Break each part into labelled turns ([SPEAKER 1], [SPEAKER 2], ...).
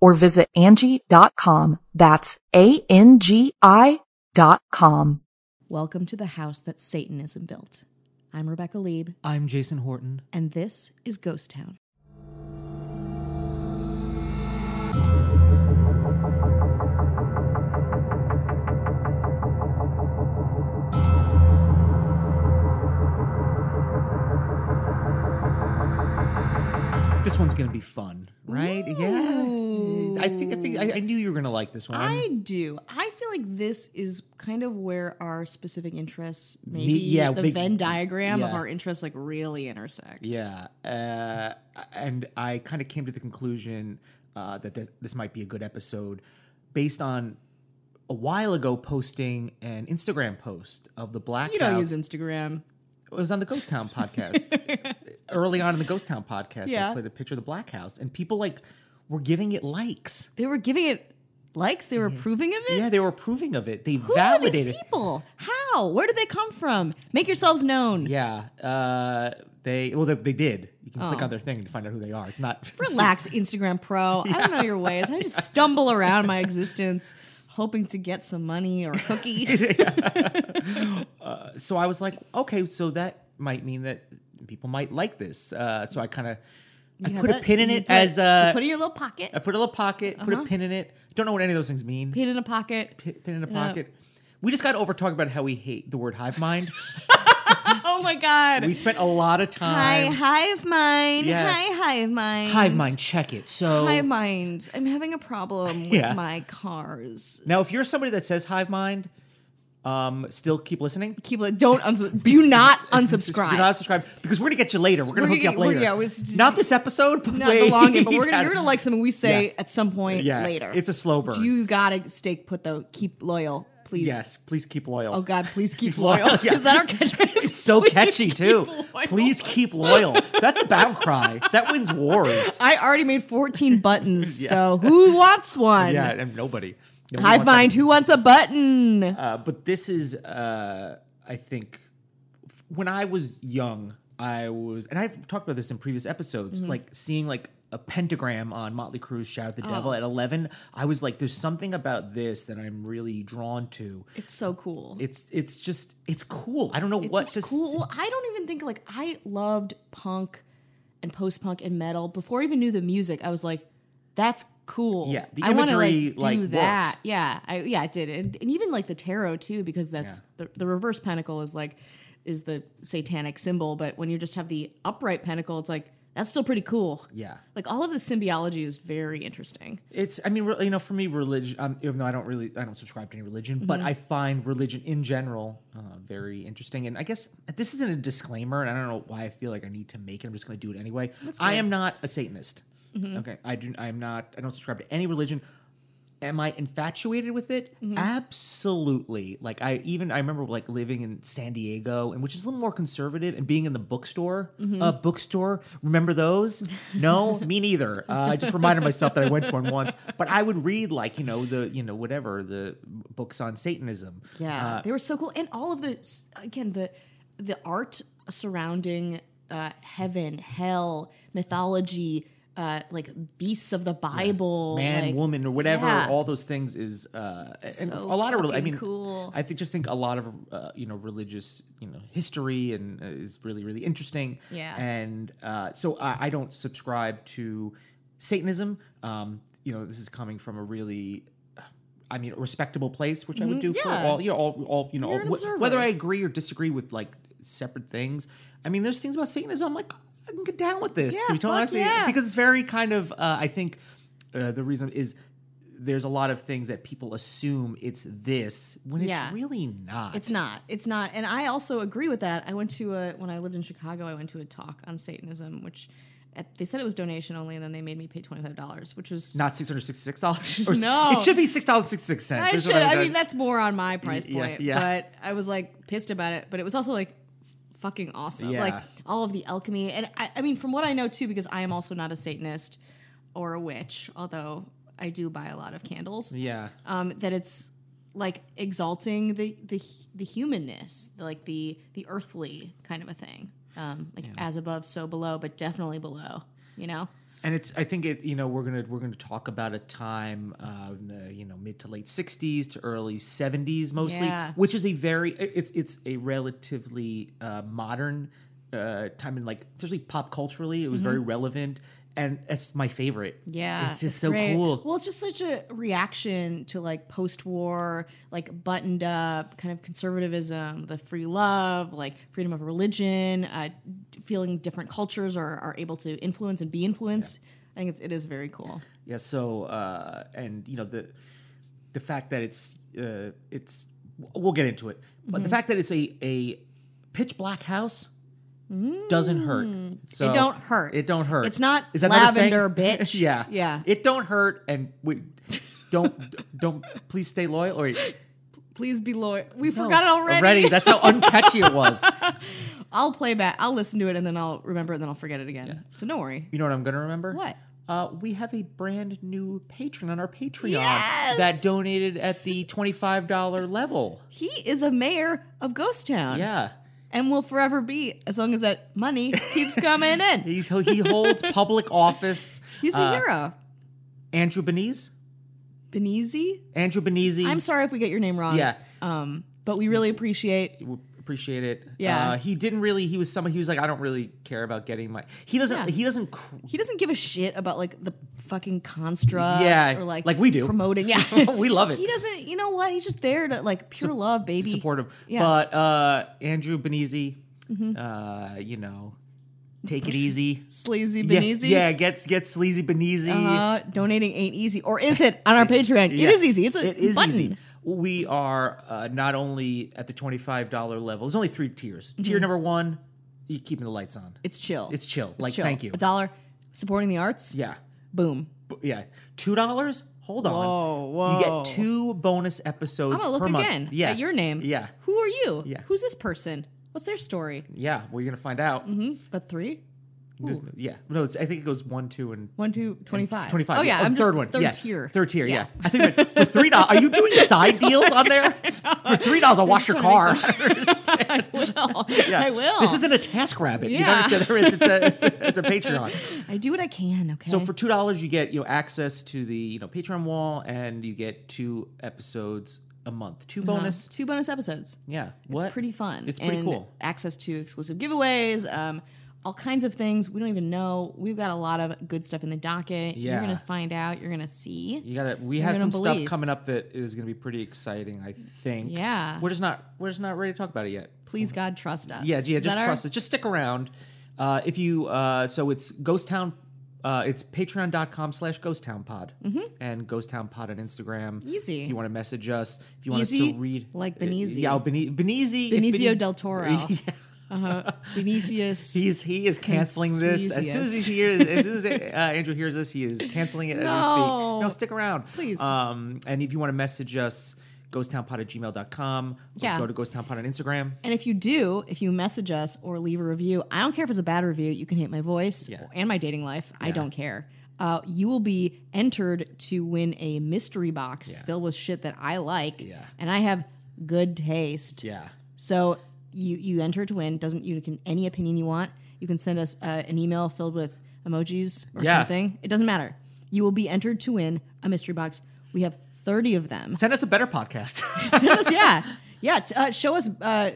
[SPEAKER 1] or visit Angie.com. That's A-N-G-I dot com.
[SPEAKER 2] Welcome to the house that Satanism built. I'm Rebecca Lieb,
[SPEAKER 3] I'm Jason Horton.
[SPEAKER 2] and this is Ghost Town.
[SPEAKER 3] This one's gonna be fun, right? Yeah. I think I think I, I knew you were gonna like this one.
[SPEAKER 2] I do. I feel like this is kind of where our specific interests, maybe
[SPEAKER 3] yeah,
[SPEAKER 2] the
[SPEAKER 3] big-
[SPEAKER 2] Venn diagram of
[SPEAKER 3] yeah.
[SPEAKER 2] our interests, like really intersect.
[SPEAKER 3] yeah, uh, and I kind of came to the conclusion uh, that th- this might be a good episode based on a while ago posting an Instagram post of the Black
[SPEAKER 2] You don't
[SPEAKER 3] House.
[SPEAKER 2] use Instagram.
[SPEAKER 3] It was on the Ghost Town podcast. Early on in the Ghost Town podcast,
[SPEAKER 2] Yeah.
[SPEAKER 3] I played a picture of the Black House, and people like were giving it likes.
[SPEAKER 2] They were giving it likes. They were approving of it.
[SPEAKER 3] Yeah, they were approving of it. They
[SPEAKER 2] Who are
[SPEAKER 3] validated.
[SPEAKER 2] these people? How? Where did they come from? Make yourselves known.
[SPEAKER 3] Yeah, uh, they well they, they did. You can click
[SPEAKER 2] Oh.
[SPEAKER 3] on their thing to find out who they are. It's not
[SPEAKER 2] Relax, Instagram pro. I don't know your ways. I just stumble around my existence, hoping to get some money or a cookie.
[SPEAKER 3] so I was like, okay, so that might mean that people might like this. Uh, so I kind of I
[SPEAKER 2] Yeah,
[SPEAKER 3] put a
[SPEAKER 2] that-
[SPEAKER 3] pin in
[SPEAKER 2] you
[SPEAKER 3] it
[SPEAKER 2] put-
[SPEAKER 3] as
[SPEAKER 2] you
[SPEAKER 3] uh,
[SPEAKER 2] put it in your little pocket.
[SPEAKER 3] I put a little pocket, put a pin in it. Don't know what any of those things mean.
[SPEAKER 2] Pin in a pocket.
[SPEAKER 3] Pin, pin in a pocket. We just got over talking about how we hate the word hive mind.
[SPEAKER 2] Oh my god.
[SPEAKER 3] we spent a lot of
[SPEAKER 2] Hi,
[SPEAKER 3] time
[SPEAKER 2] hive mind.
[SPEAKER 3] Yeah.
[SPEAKER 2] Hi, hive mind.
[SPEAKER 3] hive mind. Check it. So
[SPEAKER 2] Hive mind. I'm having a problem with
[SPEAKER 3] Yeah.
[SPEAKER 2] my cars.
[SPEAKER 3] now, if you're somebody that says hive mind, um, still keep listening.
[SPEAKER 2] Keep it. Don't uns- do not unsubscribe.
[SPEAKER 3] Do not subscribe because we're gonna get you later. We're gonna
[SPEAKER 2] We're
[SPEAKER 3] hook you
[SPEAKER 2] gonna
[SPEAKER 3] up
[SPEAKER 2] get- we're-
[SPEAKER 3] later.
[SPEAKER 2] yeah, it was-
[SPEAKER 3] not this episode, but
[SPEAKER 2] not the long game, but we're
[SPEAKER 3] way
[SPEAKER 2] gonna, you're
[SPEAKER 3] down-
[SPEAKER 2] gonna like something we say
[SPEAKER 3] Yeah.
[SPEAKER 2] at some point
[SPEAKER 3] Yeah,
[SPEAKER 2] later.
[SPEAKER 3] it's a slow burn.
[SPEAKER 2] You gotta stay put though. Keep loyal, please.
[SPEAKER 3] Yes, please keep loyal.
[SPEAKER 2] Oh God, please keep
[SPEAKER 3] Loyal,
[SPEAKER 2] loyal.
[SPEAKER 3] yeah.
[SPEAKER 2] Is that our catchphrase?
[SPEAKER 3] It's so
[SPEAKER 2] Please
[SPEAKER 3] catchy
[SPEAKER 2] keep
[SPEAKER 3] too.
[SPEAKER 2] loyal.
[SPEAKER 3] Please keep loyal. That's a battle cry. That wins wars.
[SPEAKER 2] I already made 14 buttons, so who wants one?
[SPEAKER 3] Yeah, and nobody. nobody
[SPEAKER 2] Hive
[SPEAKER 3] wants
[SPEAKER 2] mind, who wants a button?
[SPEAKER 3] that. Uh, but this is, uh, I think, f- when I was young, I was, and I've talked about this in previous episodes,
[SPEAKER 2] Mm-hmm.
[SPEAKER 3] like seeing like a pentagram on Motley Crue's "Shout at
[SPEAKER 2] Oh.
[SPEAKER 3] the Devil" at eleven. I was like, "There's something about this that I'm really drawn to."
[SPEAKER 2] it's so cool.
[SPEAKER 3] It's it's just it's cool. I don't know
[SPEAKER 2] It's
[SPEAKER 3] what
[SPEAKER 2] just
[SPEAKER 3] to s-
[SPEAKER 2] cool. I don't even think like I loved punk and post punk and metal before I even knew the music. I was like, that's cool.
[SPEAKER 3] Yeah, the
[SPEAKER 2] I wanna,
[SPEAKER 3] imagery,
[SPEAKER 2] like,
[SPEAKER 3] like,
[SPEAKER 2] do
[SPEAKER 3] worked.
[SPEAKER 2] that. Yeah, I yeah, it did, and, and even like the tarot too, because that's the, the reverse pentacle is like is the satanic symbol, but when you just have the upright pentacle, it's like that's still pretty cool.
[SPEAKER 3] Yeah.
[SPEAKER 2] like all of the symbiology is very interesting.
[SPEAKER 3] It's I mean re- you know for me religion um, even though I don't really I don't subscribe to any religion but
[SPEAKER 2] Mm-hmm.
[SPEAKER 3] I find religion in general uh, very interesting and I guess this isn't a disclaimer and I don't know why I feel like I need to make it I'm just going to do it anyway. I am not a Satanist.
[SPEAKER 2] Mm-hmm.
[SPEAKER 3] Okay, I do I am not I don't subscribe to any religion. Am I infatuated with it?
[SPEAKER 2] Mm-hmm.
[SPEAKER 3] Absolutely. Like I even I remember like living in San Diego and which is a little more conservative and being in the bookstore.
[SPEAKER 2] Mm-hmm.
[SPEAKER 3] Uh, bookstore. Remember those? No, me neither. Uh, I just reminded myself that I went to one once, but I would read like you know the you know whatever the books on Satanism.
[SPEAKER 2] Yeah,
[SPEAKER 3] Uh,
[SPEAKER 2] they were so cool, and all of the s- again the the art surrounding uh, heaven, hell, mythology, uh, like beasts of the Bible,
[SPEAKER 3] man,
[SPEAKER 2] like,
[SPEAKER 3] woman, or whatever.
[SPEAKER 2] yeah.
[SPEAKER 3] All those things is uh, and
[SPEAKER 2] So
[SPEAKER 3] a lot of. reli- I
[SPEAKER 2] fucking
[SPEAKER 3] mean,
[SPEAKER 2] cool.
[SPEAKER 3] I think just think a lot of uh, you know religious you know history and uh, is really really interesting.
[SPEAKER 2] Yeah.
[SPEAKER 3] and uh, so I, I don't subscribe to Satanism. Um, you know, this is coming from a really. I mean, a respectable place, which I would do for
[SPEAKER 2] Mm-hmm. Yeah.
[SPEAKER 3] all, you know, all, all you know,
[SPEAKER 2] You're an
[SPEAKER 3] wh-
[SPEAKER 2] observer.
[SPEAKER 3] whether I agree or disagree with like separate things. I mean, there's things about Satanism I'm like, "Oh, I can get down with this.
[SPEAKER 2] Yeah,
[SPEAKER 3] to be totally
[SPEAKER 2] fuck
[SPEAKER 3] honest with you,
[SPEAKER 2] yeah.
[SPEAKER 3] because it's very kind of. Uh, I think uh, the reason is there's a lot of things that people assume it's this when it's
[SPEAKER 2] Yeah.
[SPEAKER 3] really not.
[SPEAKER 2] It's not. It's not. And I also agree with that. I went to a when I lived in Chicago, I went to a talk on Satanism, which at, they said it was donation only, and then they made me pay twenty five dollars, which was
[SPEAKER 3] not six hundred sixty-six dollars.
[SPEAKER 2] No.
[SPEAKER 3] it should be six dollars sixty-six cents.
[SPEAKER 2] I should. I mean, that's more on my price
[SPEAKER 3] yeah,
[SPEAKER 2] point.
[SPEAKER 3] yeah.
[SPEAKER 2] But I was like pissed about it. But it was also like fucking awesome.
[SPEAKER 3] Yeah.
[SPEAKER 2] Like all of the alchemy, and I, I mean, from what I know too, because I am also not a Satanist or a witch, although I do buy a lot of candles.
[SPEAKER 3] yeah,
[SPEAKER 2] Um, that it's like exalting the the the humanness, like the the earthly kind of a thing. Um, like as above, so below, but definitely below. You know.
[SPEAKER 3] and it's i think it you know we're gonna we're gonna talk about a time uh in the you know mid to late 60s to early 70s mostly
[SPEAKER 2] Yeah.
[SPEAKER 3] which is a very it- it's it's a relatively uh modern uh time in like especially pop culturally it was very relevant and it's my favorite
[SPEAKER 2] Mm-hmm. Yeah,
[SPEAKER 3] it's just so
[SPEAKER 2] great.
[SPEAKER 3] cool
[SPEAKER 2] Well, it's just such a reaction to like post-war, like buttoned up kind of conservatism, the free love, like freedom of religion, uh, feeling different cultures are, are able to influence and be influenced. I think it's, it is very cool.
[SPEAKER 3] Yeah. So, uh, and you know the the fact that it's uh, it's we'll get into it, but
[SPEAKER 2] Mm-hmm.
[SPEAKER 3] the fact that it's a a pitch black house doesn't hurt. So
[SPEAKER 2] Mm. don't hurt.
[SPEAKER 3] It don't hurt.
[SPEAKER 2] It's not
[SPEAKER 3] another
[SPEAKER 2] lavender, bitch.
[SPEAKER 3] yeah.
[SPEAKER 2] Yeah.
[SPEAKER 3] It don't hurt, and we don't don't please stay loyal or. oh,
[SPEAKER 2] Please be loyal. We forgot it already.
[SPEAKER 3] Already, that's how uncatchy it was.
[SPEAKER 2] I'll play back. I'll listen to it and then I'll remember it and then I'll forget it again. So don't worry.
[SPEAKER 3] You know what I'm gonna remember?
[SPEAKER 2] What?
[SPEAKER 3] Uh, we have a brand new patron on our Patreon
[SPEAKER 2] Yes!
[SPEAKER 3] that donated at the $25 level.
[SPEAKER 2] He is a mayor of Ghost Town
[SPEAKER 3] Yeah.
[SPEAKER 2] and will forever be as long as that money keeps coming in.
[SPEAKER 3] He's, he holds public office.
[SPEAKER 2] He's a
[SPEAKER 3] Uh,
[SPEAKER 2] hero.
[SPEAKER 3] Andrew Beniz.
[SPEAKER 2] Benizi?
[SPEAKER 3] Andrew Benizi.
[SPEAKER 2] I'm sorry if we get your name wrong.
[SPEAKER 3] Yeah.
[SPEAKER 2] Um, but we really appreciate.
[SPEAKER 3] We appreciate it.
[SPEAKER 2] Yeah.
[SPEAKER 3] Uh, he didn't really. He was someone. He was like, I don't really care about getting my. He doesn't.
[SPEAKER 2] Yeah.
[SPEAKER 3] He doesn't. Cr-
[SPEAKER 2] He doesn't give a shit about like the fucking constructs
[SPEAKER 3] Yeah,
[SPEAKER 2] or like
[SPEAKER 3] like we do.
[SPEAKER 2] promoting. Yeah,
[SPEAKER 3] we love it.
[SPEAKER 2] he doesn't. You know what? He's just there to like pure love, baby.
[SPEAKER 3] supportive.
[SPEAKER 2] Yeah. Mm-hmm.
[SPEAKER 3] But uh, Andrew Benizi. Uh, you know, take it easy.
[SPEAKER 2] Sleazy
[SPEAKER 3] Yeah,
[SPEAKER 2] Benizi.
[SPEAKER 3] Yeah. Get get sleazy Benizi.
[SPEAKER 2] Uh, donating ain't easy, or is it on our Patreon?
[SPEAKER 3] Yeah.
[SPEAKER 2] It is easy. It's a
[SPEAKER 3] it is
[SPEAKER 2] button.
[SPEAKER 3] easy. We are uh, not only at the $25 level. There's only three tiers.
[SPEAKER 2] Mm-hmm.
[SPEAKER 3] Tier number one, you keeping the lights on.
[SPEAKER 2] It's chill.
[SPEAKER 3] It's chill. like,
[SPEAKER 2] chill.
[SPEAKER 3] thank you.
[SPEAKER 2] A dollar supporting the arts.
[SPEAKER 3] Yeah.
[SPEAKER 2] Boom.
[SPEAKER 3] B- Yeah. Two dollars? Hold on.
[SPEAKER 2] Whoa,
[SPEAKER 3] You
[SPEAKER 2] whoa.
[SPEAKER 3] get two bonus episodes.
[SPEAKER 2] I'm gonna look
[SPEAKER 3] per month.
[SPEAKER 2] again
[SPEAKER 3] Yeah.
[SPEAKER 2] at your name.
[SPEAKER 3] Yeah.
[SPEAKER 2] Who are you?
[SPEAKER 3] Yeah.
[SPEAKER 2] Who's this person? What's their story?
[SPEAKER 3] Yeah. We're gonna find out.
[SPEAKER 2] Hmm? But three.
[SPEAKER 3] Just- yeah. No, it's, I think it goes one, two, and
[SPEAKER 2] One, two, 25.
[SPEAKER 3] 25.
[SPEAKER 2] Oh, yeah. I'm
[SPEAKER 3] third
[SPEAKER 2] just
[SPEAKER 3] one.
[SPEAKER 2] Third
[SPEAKER 3] yeah.
[SPEAKER 2] tier.
[SPEAKER 3] Third tier,
[SPEAKER 2] Yeah.
[SPEAKER 3] yeah. I think that- for three dollars are you doing side deals on there? For three dollars I'll wash your car.
[SPEAKER 2] I will. I will.
[SPEAKER 3] This isn't a task rabbit.
[SPEAKER 2] Yeah.
[SPEAKER 3] You understand? It's, it's, a, it's, a, it's a Patreon.
[SPEAKER 2] I do what I can, okay?
[SPEAKER 3] So for two dollars, you get you know access to the you know Patreon wall, and you get two episodes a month, 2 bonus.
[SPEAKER 2] two bonus episodes.
[SPEAKER 3] Yeah,
[SPEAKER 2] It's pretty fun.
[SPEAKER 3] It's pretty
[SPEAKER 2] And
[SPEAKER 3] cool.
[SPEAKER 2] Access to exclusive giveaways, um, all kinds of things we don't even know. We've got a lot of good stuff in the docket. You're
[SPEAKER 3] Yeah.
[SPEAKER 2] going to find out. You're going to see.
[SPEAKER 3] You gotta. We have
[SPEAKER 2] gonna
[SPEAKER 3] some stuff
[SPEAKER 2] believe.
[SPEAKER 3] coming up that is gonna be pretty exciting. I think.
[SPEAKER 2] Yeah.
[SPEAKER 3] We're just not. We're just not ready to talk about it yet.
[SPEAKER 2] Please, God, trust us.
[SPEAKER 3] Yeah. Yeah.
[SPEAKER 2] Is
[SPEAKER 3] Just
[SPEAKER 2] that our-
[SPEAKER 3] trust it. Just stick around. Uh, if you. Uh, so it's Ghost Town. Uh, it's patreon.com slash ghost town pod and ghost town pod on instagram
[SPEAKER 2] Mm-hmm. Easy.
[SPEAKER 3] if you want to message us if you want
[SPEAKER 2] Easy,
[SPEAKER 3] us to read
[SPEAKER 2] like Benizzi.
[SPEAKER 3] yeah oh, Beni- Benizzi if
[SPEAKER 2] Benicio
[SPEAKER 3] Beni-
[SPEAKER 2] del Toro.
[SPEAKER 3] Yeah.
[SPEAKER 2] Uh-huh. Vinicius.
[SPEAKER 3] He's he is canceling this as soon as
[SPEAKER 2] Confucius.
[SPEAKER 3] he hears as soon as uh, Andrew hears this, he is canceling it as we
[SPEAKER 2] No.
[SPEAKER 3] speak. No, stick around,
[SPEAKER 2] Please.
[SPEAKER 3] Um, and if you want to message us, ghosttownpod at gmail.com.
[SPEAKER 2] Yeah.
[SPEAKER 3] Go to ghosttownpod on Instagram.
[SPEAKER 2] And if you do, if you message us or leave a review, I don't care if it's a bad review, you can hate my voice
[SPEAKER 3] Yeah.
[SPEAKER 2] and my dating life. I don't care. Uh, you will be entered to win a mystery box filled with shit that I like.
[SPEAKER 3] Yeah.
[SPEAKER 2] And I have good taste.
[SPEAKER 3] Yeah.
[SPEAKER 2] So you you enter to win. Doesn't you can any opinion you want. You can send us uh, an email filled with emojis or
[SPEAKER 3] Yeah.
[SPEAKER 2] something. It doesn't matter. You will be entered to win a mystery box. We have 30 of them.
[SPEAKER 3] Send us a better podcast.
[SPEAKER 2] Send us- yeah, yeah. t- uh, show us uh,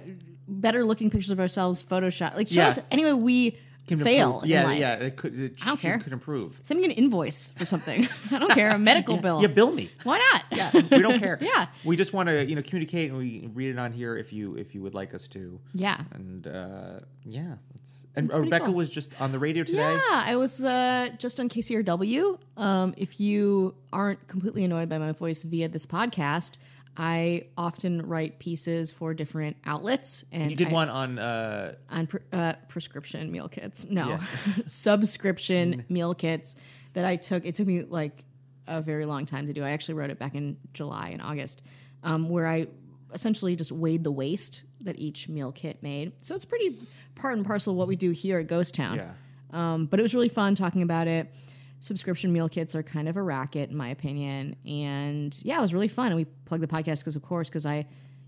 [SPEAKER 2] better looking pictures of ourselves, Photoshop. Like, show
[SPEAKER 3] Yeah.
[SPEAKER 2] us anyway. We
[SPEAKER 3] can
[SPEAKER 2] fail
[SPEAKER 3] improve.
[SPEAKER 2] in
[SPEAKER 3] Yeah,
[SPEAKER 2] life.
[SPEAKER 3] yeah. It could. It,
[SPEAKER 2] I don't
[SPEAKER 3] she
[SPEAKER 2] care.
[SPEAKER 3] Could improve.
[SPEAKER 2] Send me an invoice for something. I don't care. A medical bill.
[SPEAKER 3] Yeah, bill me.
[SPEAKER 2] Why not?
[SPEAKER 3] we don't care.
[SPEAKER 2] Yeah.
[SPEAKER 3] we just want to you know communicate, and we read it on here if you if you would like us to.
[SPEAKER 2] yeah.
[SPEAKER 3] And uh, yeah, it's, and
[SPEAKER 2] pretty
[SPEAKER 3] Rebecca
[SPEAKER 2] cool.
[SPEAKER 3] was just on the radio today.
[SPEAKER 2] Yeah, I was uh, just on KCRW. Um, if you aren't completely annoyed by my voice via this podcast, I often write pieces for different outlets, and
[SPEAKER 3] You did
[SPEAKER 2] I-
[SPEAKER 3] one on uh,
[SPEAKER 2] on pre- uh, prescription meal kits. No, subscription meal kits that I took. It took me like a very long time to do. I actually wrote it back in July and August, um, where I essentially just weighed the waste that each meal kit made. So it's pretty part and parcel of what we do here at Ghost Town.
[SPEAKER 3] yeah.
[SPEAKER 2] Um, but it was really fun talking about it. Subscription meal kits are kind of a racket, in my opinion. And yeah, it was really fun. And we plugged the podcast because, of course, because I,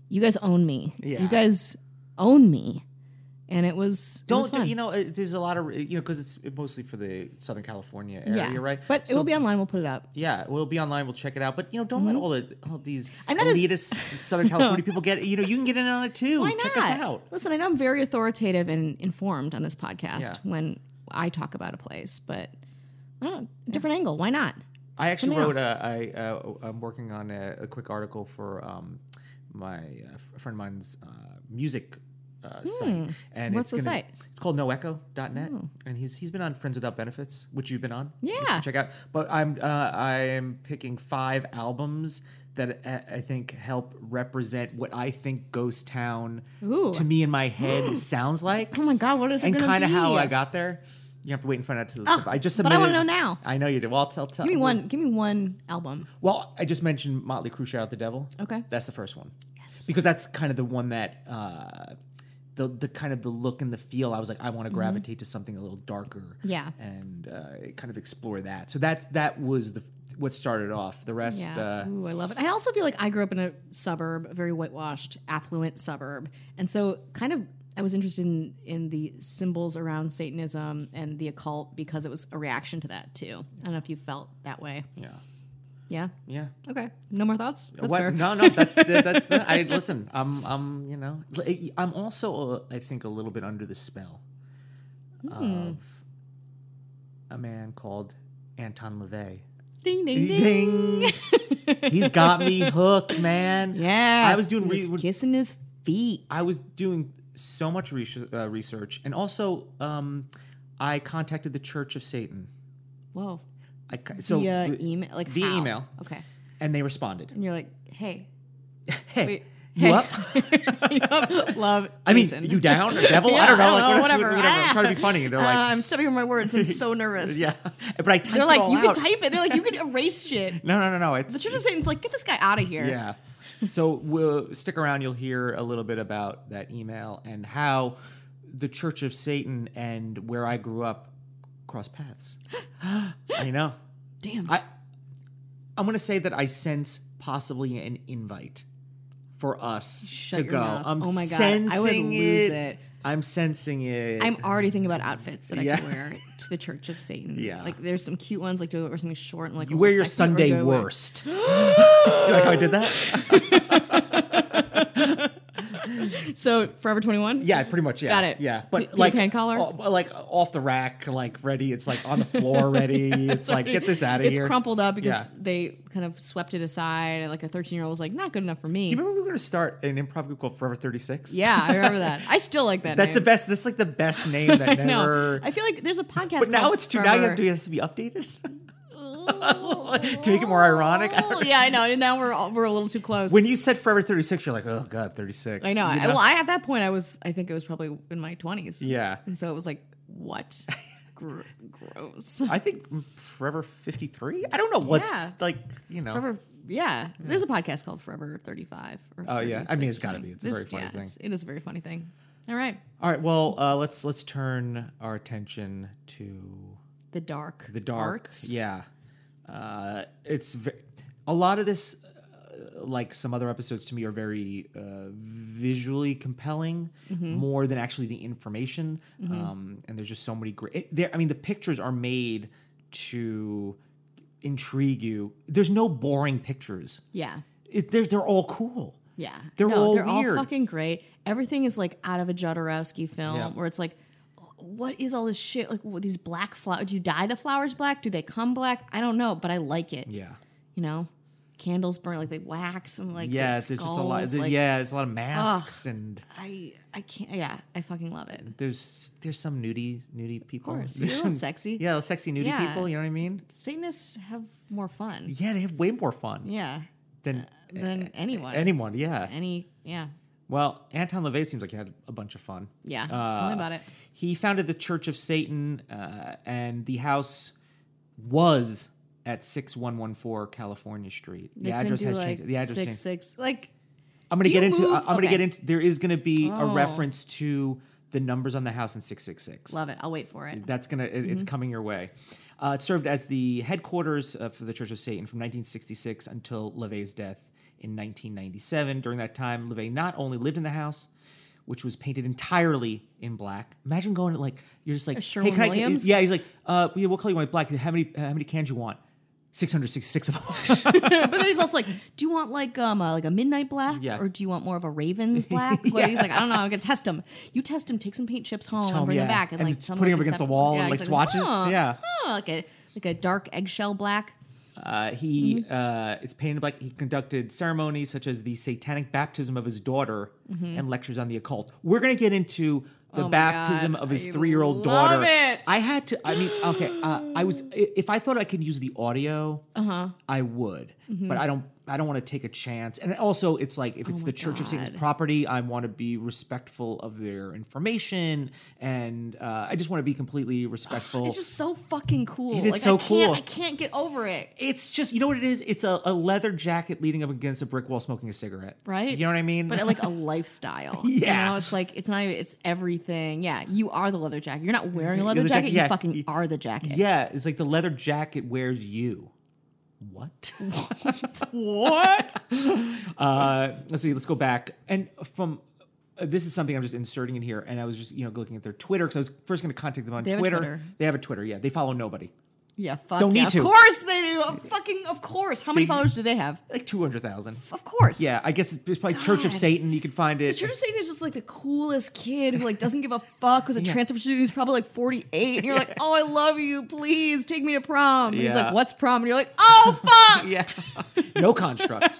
[SPEAKER 2] you guys own me.
[SPEAKER 3] Yeah.
[SPEAKER 2] You guys own me. And it was it was
[SPEAKER 3] Don't
[SPEAKER 2] fun.
[SPEAKER 3] you know? It, there's a lot of you know because it's mostly for the Southern California area,
[SPEAKER 2] yeah,
[SPEAKER 3] right?
[SPEAKER 2] But it
[SPEAKER 3] So-
[SPEAKER 2] will Mm-hmm. be online. We'll put it up.
[SPEAKER 3] Yeah, we'll be online. We'll check it out. But you know, don't let all the all these
[SPEAKER 2] I'm not as-
[SPEAKER 3] elitist s- Southern California people get. You know, you can get in on it too.
[SPEAKER 2] Why not?
[SPEAKER 3] Check us out.
[SPEAKER 2] Listen, I know I'm very authoritative and informed on this podcast
[SPEAKER 3] Yeah.
[SPEAKER 2] when I talk about a place, but I don't know, different angle. Why not?
[SPEAKER 3] I actually
[SPEAKER 2] Something
[SPEAKER 3] wrote.
[SPEAKER 2] else.
[SPEAKER 3] A, I uh, I'm working on a, a quick article for um, my uh, f- a friend of mine's uh, music. Uh, site. And
[SPEAKER 2] Hmm. What's
[SPEAKER 3] it's
[SPEAKER 2] the
[SPEAKER 3] gonna-
[SPEAKER 2] site? Oh.
[SPEAKER 3] It's called noecho.net, and he's he's been on Friends Without Benefits, which you've been on. which you
[SPEAKER 2] Yeah.
[SPEAKER 3] can check out. But I'm uh, I am picking five albums that I I think help represent what I think Ghost Town
[SPEAKER 2] Ooh.
[SPEAKER 3] to me in my head sounds like
[SPEAKER 2] Oh my God, what is it
[SPEAKER 3] and
[SPEAKER 2] gonna
[SPEAKER 3] kind of how
[SPEAKER 2] be?
[SPEAKER 3] I got there. You have to wait and find out to the.
[SPEAKER 2] Ugh,
[SPEAKER 3] I just
[SPEAKER 2] but I
[SPEAKER 3] submitted.
[SPEAKER 2] wanna know now.
[SPEAKER 3] I know you do. Well, I'll tell. tell
[SPEAKER 2] Give me one. Give me one album.
[SPEAKER 3] Well, I just mentioned Motley Crue, "Shout Out the Devil."
[SPEAKER 2] Okay.
[SPEAKER 3] that's the first one. Yes, because that's kind of the one that uh, the the kind of the look and the feel. I was like, I want to gravitate to something a little darker.
[SPEAKER 2] Mm-hmm. Yeah.
[SPEAKER 3] and uh, kind of explore that. So that's that was the what started off. The rest.
[SPEAKER 2] Yeah.
[SPEAKER 3] Uh,
[SPEAKER 2] Ooh, I love it. I also feel like I grew up in a suburb, a very whitewashed, affluent suburb. And so kind of I was interested in, in the symbols around Satanism and the occult because it was a reaction to that too. I don't know if you felt that way.
[SPEAKER 3] yeah,
[SPEAKER 2] Yeah.
[SPEAKER 3] yeah.
[SPEAKER 2] Okay. No more thoughts? That's
[SPEAKER 3] What?
[SPEAKER 2] fair.
[SPEAKER 3] No, no, that's that's. I listen. I'm, I'm, you know, I'm also, uh, I think, a little bit under the spell
[SPEAKER 2] Hmm.
[SPEAKER 3] of a man called Anton LaVey.
[SPEAKER 2] Ding ding ding.
[SPEAKER 3] Ding. He's got me hooked, man.
[SPEAKER 2] Yeah.
[SPEAKER 3] I was doing
[SPEAKER 2] He was
[SPEAKER 3] re-
[SPEAKER 2] kissing his feet.
[SPEAKER 3] I was doing so much research, uh, research and also um, I contacted the Church of Satan.
[SPEAKER 2] Whoa.
[SPEAKER 3] I, co- so
[SPEAKER 2] So the uh, email like
[SPEAKER 3] the
[SPEAKER 2] how?
[SPEAKER 3] email.
[SPEAKER 2] Okay.
[SPEAKER 3] and they responded.
[SPEAKER 2] And you're like, hey.
[SPEAKER 3] Hey,
[SPEAKER 2] Wait.
[SPEAKER 3] you
[SPEAKER 2] Hey.
[SPEAKER 3] up?
[SPEAKER 2] Yup, Love.
[SPEAKER 3] I mean,
[SPEAKER 2] Jason.
[SPEAKER 3] you down or devil? I don't
[SPEAKER 2] Yeah, I
[SPEAKER 3] know. Like,
[SPEAKER 2] don't know,
[SPEAKER 3] whatever.
[SPEAKER 2] whatever.
[SPEAKER 3] whatever. I'm trying to be funny. They're
[SPEAKER 2] Uh,
[SPEAKER 3] like,
[SPEAKER 2] I'm stepping on my words. I'm so nervous.
[SPEAKER 3] yeah. But I typed
[SPEAKER 2] They're
[SPEAKER 3] it
[SPEAKER 2] like,
[SPEAKER 3] all
[SPEAKER 2] you
[SPEAKER 3] out.
[SPEAKER 2] can type it. They're like, you can erase shit.
[SPEAKER 3] No, no, no, no. It's
[SPEAKER 2] The Church of Satan's like, get this guy out of here.
[SPEAKER 3] Yeah. So we'll stick around. You'll hear a little bit about that email and how the Church of Satan and where I grew up cross paths. I know.
[SPEAKER 2] Damn.
[SPEAKER 3] I I'm gonna say that I sense possibly an invite for us
[SPEAKER 2] Shut
[SPEAKER 3] to
[SPEAKER 2] your
[SPEAKER 3] go.
[SPEAKER 2] mouth.
[SPEAKER 3] I'm
[SPEAKER 2] oh my god.
[SPEAKER 3] sensing
[SPEAKER 2] I would lose it.
[SPEAKER 3] I'm sensing it.
[SPEAKER 2] I'm already thinking about outfits that I
[SPEAKER 3] Yeah.
[SPEAKER 2] could wear to the Church of Satan.
[SPEAKER 3] Yeah.
[SPEAKER 2] Like there's some cute ones, like do I wear something short and like
[SPEAKER 3] you
[SPEAKER 2] a
[SPEAKER 3] wear
[SPEAKER 2] little
[SPEAKER 3] your
[SPEAKER 2] sexy, or
[SPEAKER 3] Sunday
[SPEAKER 2] do I wear-
[SPEAKER 3] worst. do you like how I did that?
[SPEAKER 2] So Forever 21?
[SPEAKER 3] Yeah, pretty much. Yeah,
[SPEAKER 2] Got it.
[SPEAKER 3] Yeah,
[SPEAKER 2] Pe-
[SPEAKER 3] but
[SPEAKER 2] Peter
[SPEAKER 3] like
[SPEAKER 2] Pan collar?
[SPEAKER 3] o- but, like off the rack, like ready. It's like on the floor, ready. It's like get this out of
[SPEAKER 2] It's
[SPEAKER 3] here.
[SPEAKER 2] crumpled up because
[SPEAKER 3] Yeah.
[SPEAKER 2] they kind of swept it aside and like a 13 year old was like, not good enough for me.
[SPEAKER 3] Do you remember we were going to start an improv group called Forever Thirty Six?
[SPEAKER 2] yeah, I remember that. I still like that.
[SPEAKER 3] that's the
[SPEAKER 2] name.
[SPEAKER 3] best. That's like the best name that
[SPEAKER 2] I know.
[SPEAKER 3] never.
[SPEAKER 2] I feel like there's a podcast.
[SPEAKER 3] but now
[SPEAKER 2] called
[SPEAKER 3] it's too. Now you have
[SPEAKER 2] Forever-
[SPEAKER 3] to, it has to be updated to make it more ironic. I don't-
[SPEAKER 2] yeah, I know. And now we're all, we're a little too close.
[SPEAKER 3] When you said Forever Thirty Six, you're like, oh god, Thirty Six.
[SPEAKER 2] I know. I, well, I, at that point, I was. I think it was probably in my twenties.
[SPEAKER 3] yeah.
[SPEAKER 2] And so it was like, what? Gr- gross.
[SPEAKER 3] I think Forever Fifty Three. I don't know what's
[SPEAKER 2] Yeah.
[SPEAKER 3] like you know.
[SPEAKER 2] Forever. Yeah. There's a podcast called Forever Thirty Five.
[SPEAKER 3] Oh, yeah. I mean, it's gotta be. It's a very funny thing.
[SPEAKER 2] It is a very funny thing. All right.
[SPEAKER 3] All right. Well, uh, let's let's turn our attention to
[SPEAKER 2] The dark.
[SPEAKER 3] the dark
[SPEAKER 2] arts.
[SPEAKER 3] yeah uh it's ve- a lot of this uh, like some other episodes to me are very uh, visually compelling
[SPEAKER 2] Mm-hmm.
[SPEAKER 3] more than actually the information um and there's just so many great it, there i mean the pictures are made to intrigue you there's no boring pictures
[SPEAKER 2] Yeah.
[SPEAKER 3] it, they're, they're all cool
[SPEAKER 2] Yeah.
[SPEAKER 3] They're
[SPEAKER 2] no,
[SPEAKER 3] all
[SPEAKER 2] they're
[SPEAKER 3] weird.
[SPEAKER 2] all fucking great. Everything is like out of a Jodorowsky film
[SPEAKER 3] Yeah.
[SPEAKER 2] where it's like what is all this shit? Like what, these black flowers? Do you dye the flowers black? Do they come black? I don't know, but I like it.
[SPEAKER 3] Yeah.
[SPEAKER 2] You know, candles burn like they wax and like
[SPEAKER 3] yeah,
[SPEAKER 2] the
[SPEAKER 3] it's, it's just a lot.
[SPEAKER 2] skulls,
[SPEAKER 3] there's-
[SPEAKER 2] like,
[SPEAKER 3] yeah, it's a lot of masks and
[SPEAKER 2] I I can't. Yeah, I fucking love it.
[SPEAKER 3] there's there's some nudie nudie people.
[SPEAKER 2] course,
[SPEAKER 3] There's
[SPEAKER 2] they're a little
[SPEAKER 3] some-
[SPEAKER 2] sexy.
[SPEAKER 3] Oh, Yeah, those sexy nudie
[SPEAKER 2] Yeah.
[SPEAKER 3] people. You know what I mean?
[SPEAKER 2] Satanists have more fun.
[SPEAKER 3] Yeah, they have way more fun
[SPEAKER 2] Yeah,
[SPEAKER 3] than
[SPEAKER 2] than anyone.
[SPEAKER 3] anyone. Yeah.
[SPEAKER 2] any. Yeah,
[SPEAKER 3] Well, Anton LaVey seems like he had a bunch of fun. Uh,
[SPEAKER 2] yeah. Tell me about it.
[SPEAKER 3] He founded the Church of Satan, uh, and the house was at 6114 California Street. The
[SPEAKER 2] couldn't
[SPEAKER 3] address
[SPEAKER 2] do,
[SPEAKER 3] has
[SPEAKER 2] like,
[SPEAKER 3] changed. The address
[SPEAKER 2] six
[SPEAKER 3] changed.
[SPEAKER 2] six like
[SPEAKER 3] I'm gonna
[SPEAKER 2] Do
[SPEAKER 3] get
[SPEAKER 2] you
[SPEAKER 3] into.
[SPEAKER 2] move?
[SPEAKER 3] I- I'm gonna
[SPEAKER 2] Okay.
[SPEAKER 3] get into. There is gonna be
[SPEAKER 2] Oh.
[SPEAKER 3] a reference to the numbers on the house in 666.
[SPEAKER 2] love it. I'll wait for it.
[SPEAKER 3] That's gonna. It, It's
[SPEAKER 2] Mm-hmm.
[SPEAKER 3] coming your way. Uh, it served as the headquarters uh, for the Church of Satan from 1966 until LeVay's death in 1997. During that time, LeVay not only lived in the house, which was painted entirely in black. Imagine going to like you're just like,
[SPEAKER 2] Sherwin
[SPEAKER 3] hey, can
[SPEAKER 2] Williams?
[SPEAKER 3] I? Yeah, he's like, uh, yeah, we'll call you one black. How many? How many cans you want? 666 of them.
[SPEAKER 2] but then he's also like, "Do you want like um a, like a midnight black,
[SPEAKER 3] Yeah.
[SPEAKER 2] or do you want more of a Ravens black?" What, He's like, "I don't know. I'm gonna test them. You test them. Take some paint chips home,
[SPEAKER 3] home,
[SPEAKER 2] and bring
[SPEAKER 3] yeah.
[SPEAKER 2] them back, and,
[SPEAKER 3] And
[SPEAKER 2] like
[SPEAKER 3] just
[SPEAKER 2] tell
[SPEAKER 3] putting
[SPEAKER 2] them
[SPEAKER 3] them
[SPEAKER 2] what's
[SPEAKER 3] against the
[SPEAKER 2] accept-
[SPEAKER 3] wall and, like,
[SPEAKER 2] exactly.
[SPEAKER 3] swatches.
[SPEAKER 2] Huh,
[SPEAKER 3] Yeah.
[SPEAKER 2] huh, like a like a dark eggshell black.
[SPEAKER 3] Uh, he
[SPEAKER 2] Mm-hmm.
[SPEAKER 3] uh, it's painted black. He conducted ceremonies such as the satanic baptism of his daughter and lectures on the occult. We're gonna get into the
[SPEAKER 2] Mm-hmm. Oh my
[SPEAKER 3] baptism
[SPEAKER 2] God.
[SPEAKER 3] of his
[SPEAKER 2] I
[SPEAKER 3] three-year-old
[SPEAKER 2] love
[SPEAKER 3] daughter.
[SPEAKER 2] it.
[SPEAKER 3] I had to. I mean, okay. Uh, I was i- if I thought I could use the audio, uh-huh. I would,
[SPEAKER 2] Mm-hmm.
[SPEAKER 3] but I don't. I don't want to take a chance. And also, it's like if it's the Church of Satan's
[SPEAKER 2] Oh God.
[SPEAKER 3] property, I want to be respectful of their information, and uh, I just want to be completely respectful.
[SPEAKER 2] It's just so fucking cool.
[SPEAKER 3] It is
[SPEAKER 2] like,
[SPEAKER 3] so
[SPEAKER 2] I can't,
[SPEAKER 3] cool.
[SPEAKER 2] I can't get over it.
[SPEAKER 3] it's just you know what it is it's a, a leather jacket leading up against a brick wall smoking a cigarette
[SPEAKER 2] Right?
[SPEAKER 3] you know what i mean
[SPEAKER 2] But uh, like a lifestyle.
[SPEAKER 3] Yeah.
[SPEAKER 2] You know, it's like it's not even it's everything. Yeah. You are the leather jacket. You're not wearing a leather
[SPEAKER 3] the
[SPEAKER 2] jacket,
[SPEAKER 3] jacket,
[SPEAKER 2] you
[SPEAKER 3] yeah.
[SPEAKER 2] fucking
[SPEAKER 3] Y-
[SPEAKER 2] are the jacket.
[SPEAKER 3] yeah it's like the leather jacket wears you what
[SPEAKER 2] What?
[SPEAKER 3] uh let's see let's go back and from uh, this is something i'm just inserting in here and i was just you know looking at their twitter because i was first going to contact them on
[SPEAKER 2] They have a
[SPEAKER 3] twitter.
[SPEAKER 2] Twitter.
[SPEAKER 3] they have a twitter yeah they follow nobody
[SPEAKER 2] Yeah, fuck.
[SPEAKER 3] Don't
[SPEAKER 2] yeah.
[SPEAKER 3] need to.
[SPEAKER 2] Of course they do. Fucking of course. How many followers do they have?
[SPEAKER 3] like 200000
[SPEAKER 2] Of course.
[SPEAKER 3] yeah i guess it's probably church of
[SPEAKER 2] God.
[SPEAKER 3] satan you can find it
[SPEAKER 2] The Church of Satan is just like the coolest kid who like doesn't give a fuck who's a transfer student who's probably like 48 and you're like, Oh, I love you, please take me to prom. And he's
[SPEAKER 3] Yeah.
[SPEAKER 2] like, What's prom? And you're like, Oh fuck!
[SPEAKER 3] yeah no constructs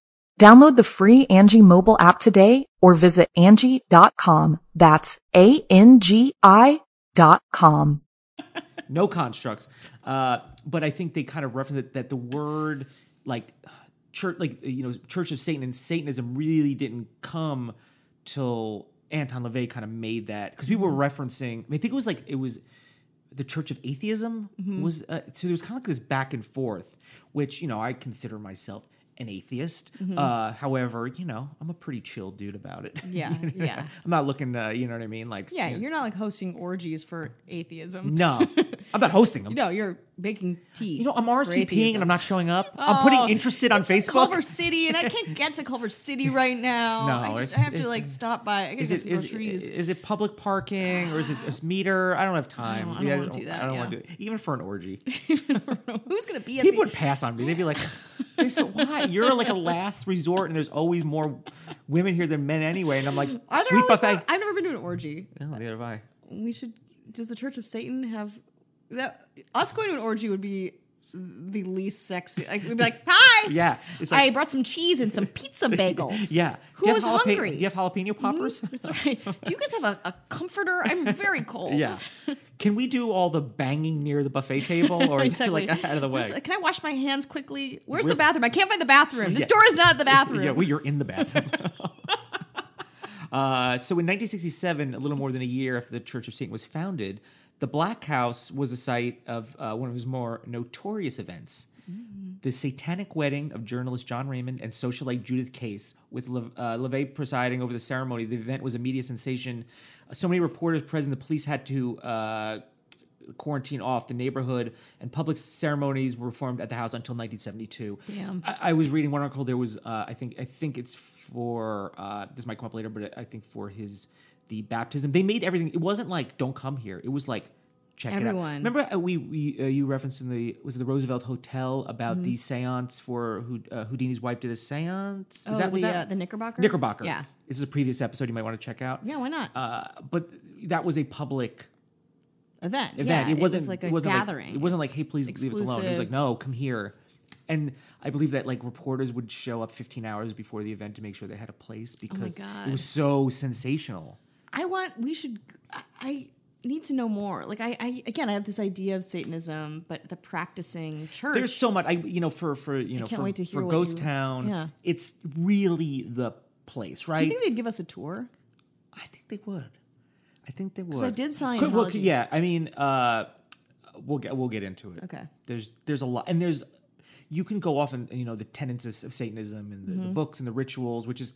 [SPEAKER 1] Download the free Angie mobile app today or visit Angie.com. That's A-N-G-I dot com.
[SPEAKER 3] no constructs. Uh, but I think they kind of reference it that the word like church, like you know, Church of Satan and Satanism really didn't come till Anton LaVey kind of made that because people were
[SPEAKER 2] Mm-hmm.
[SPEAKER 3] referencing. I think it was like it was the Church of Atheism
[SPEAKER 2] Mm-hmm.
[SPEAKER 3] was uh, so there was kind of like this back and forth, which you know I consider myself an atheist.
[SPEAKER 2] Mm-hmm.
[SPEAKER 3] Uh, however, you know I'm a pretty chill dude about it.
[SPEAKER 2] Yeah,
[SPEAKER 3] You know,
[SPEAKER 2] yeah.
[SPEAKER 3] I'm not looking to you know what I mean. Like
[SPEAKER 2] Yeah,
[SPEAKER 3] you know,
[SPEAKER 2] you're not like hosting orgies for atheism.
[SPEAKER 3] No, I'm not hosting them.
[SPEAKER 2] No, you're making tea.
[SPEAKER 3] You know, I'm
[SPEAKER 2] for
[SPEAKER 3] RSVPing and
[SPEAKER 2] atheism.
[SPEAKER 3] I'm not showing up. I'm putting
[SPEAKER 2] Oh,
[SPEAKER 3] interested on
[SPEAKER 2] it's in
[SPEAKER 3] Facebook.
[SPEAKER 2] Culver City, and I can't get to Culver City right now.
[SPEAKER 3] No,
[SPEAKER 2] I just
[SPEAKER 3] it's-
[SPEAKER 2] I have to
[SPEAKER 3] it's-
[SPEAKER 2] like stop by. I gotta
[SPEAKER 3] Is
[SPEAKER 2] get
[SPEAKER 3] it
[SPEAKER 2] some
[SPEAKER 3] is,
[SPEAKER 2] groceries.
[SPEAKER 3] is it public parking or is it a meter? I don't have time.
[SPEAKER 2] I don't wanna do that,
[SPEAKER 3] I don't
[SPEAKER 2] yeah.
[SPEAKER 3] want to do it. even for an orgy.
[SPEAKER 2] Who's gonna be at
[SPEAKER 3] People
[SPEAKER 2] the,
[SPEAKER 3] would pass on me. They'd be like, "You're so why? You're like a last resort, and there's always more women here than men anyway." And I'm like,
[SPEAKER 2] Are there
[SPEAKER 3] "Sweet
[SPEAKER 2] always-
[SPEAKER 3] buffet."
[SPEAKER 2] I've never been to an orgy.
[SPEAKER 3] No, neither have I.
[SPEAKER 2] We should. Does the Church of Satan have that? Us going to an orgy would be the least sexy. Like, we'd be like, "Hi,
[SPEAKER 3] Yeah, it's
[SPEAKER 2] I
[SPEAKER 3] like-
[SPEAKER 2] brought some cheese and some pizza bagels."
[SPEAKER 3] Yeah.
[SPEAKER 2] who
[SPEAKER 3] Do you
[SPEAKER 2] is
[SPEAKER 3] have jalapa-
[SPEAKER 2] hungry?
[SPEAKER 3] Do you have jalapeno poppers?
[SPEAKER 2] That's right. Do you guys have a, a comforter? I'm very cold.
[SPEAKER 3] yeah. Can we do all the banging near the buffet table, or is
[SPEAKER 2] Exactly.
[SPEAKER 3] it like out of the way?
[SPEAKER 2] Just, can I wash my hands quickly? Where's the
[SPEAKER 3] We're-
[SPEAKER 2] bathroom? I can't find the bathroom. This
[SPEAKER 3] Yeah.
[SPEAKER 2] door is not the bathroom.
[SPEAKER 3] Yeah, well, you're in the bathroom. uh, so in 1967, a little more than a year after the Church of Satan was founded, the Black House was a site of uh, one of his more notorious events. The satanic wedding of journalist John Raymond and socialite Judith Case, with Le- uh, LeVay presiding over the ceremony. The event was a media sensation. So many reporters present, the police had to uh, quarantine off the neighborhood, and public ceremonies were performed at the house until 1972. I, I was reading one article. There was, uh, I think, I think it's for uh, this might come up later, but I think for his the baptism, they made everything. It wasn't like don't come here. It was like check it out.
[SPEAKER 2] Everyone.
[SPEAKER 3] Remember uh, we, we uh, you referenced in the was it the Roosevelt Hotel about
[SPEAKER 2] Mm-hmm.
[SPEAKER 3] the seance for who uh, Houdini's wife did a seance.
[SPEAKER 2] Oh,
[SPEAKER 3] Is that was
[SPEAKER 2] the,
[SPEAKER 3] that
[SPEAKER 2] uh, the Knickerbocker?
[SPEAKER 3] Knickerbocker.
[SPEAKER 2] Yeah.
[SPEAKER 3] this is a previous episode. You might want to check out.
[SPEAKER 2] Yeah, why not?
[SPEAKER 3] Uh, but that was a public
[SPEAKER 2] event.
[SPEAKER 3] event.
[SPEAKER 2] Yeah,
[SPEAKER 3] it wasn't
[SPEAKER 2] was like a
[SPEAKER 3] it wasn't
[SPEAKER 2] gathering.
[SPEAKER 3] Like, it wasn't like, hey, please leave us alone. It was
[SPEAKER 2] Exclusive.
[SPEAKER 3] like, no, come here. And I believe that like reporters would show up 15 hours before the event to make sure they had a
[SPEAKER 2] Oh
[SPEAKER 3] place because it
[SPEAKER 2] God.
[SPEAKER 3] was so sensational.
[SPEAKER 2] I want. We should. I, I need to know more. Like I, I again, I have this idea of Satanism, but the practicing church.
[SPEAKER 3] There's so much. I you know for for you know
[SPEAKER 2] can't
[SPEAKER 3] for,
[SPEAKER 2] wait to hear
[SPEAKER 3] for
[SPEAKER 2] what
[SPEAKER 3] Ghost
[SPEAKER 2] you-
[SPEAKER 3] Town.
[SPEAKER 2] yeah.
[SPEAKER 3] it's really the place, right?
[SPEAKER 2] Do you think they'd give us a tour?
[SPEAKER 3] I think they would. I think they would.
[SPEAKER 2] I did
[SPEAKER 3] Could- well,
[SPEAKER 2] Scientology.
[SPEAKER 3] yeah, I mean, uh, we'll get we'll get into it.
[SPEAKER 2] Okay.
[SPEAKER 3] There's there's a lot, and there's you can go off and you know the tenets of, of Satanism and the,
[SPEAKER 2] Mm-hmm.
[SPEAKER 3] the books and the rituals, which is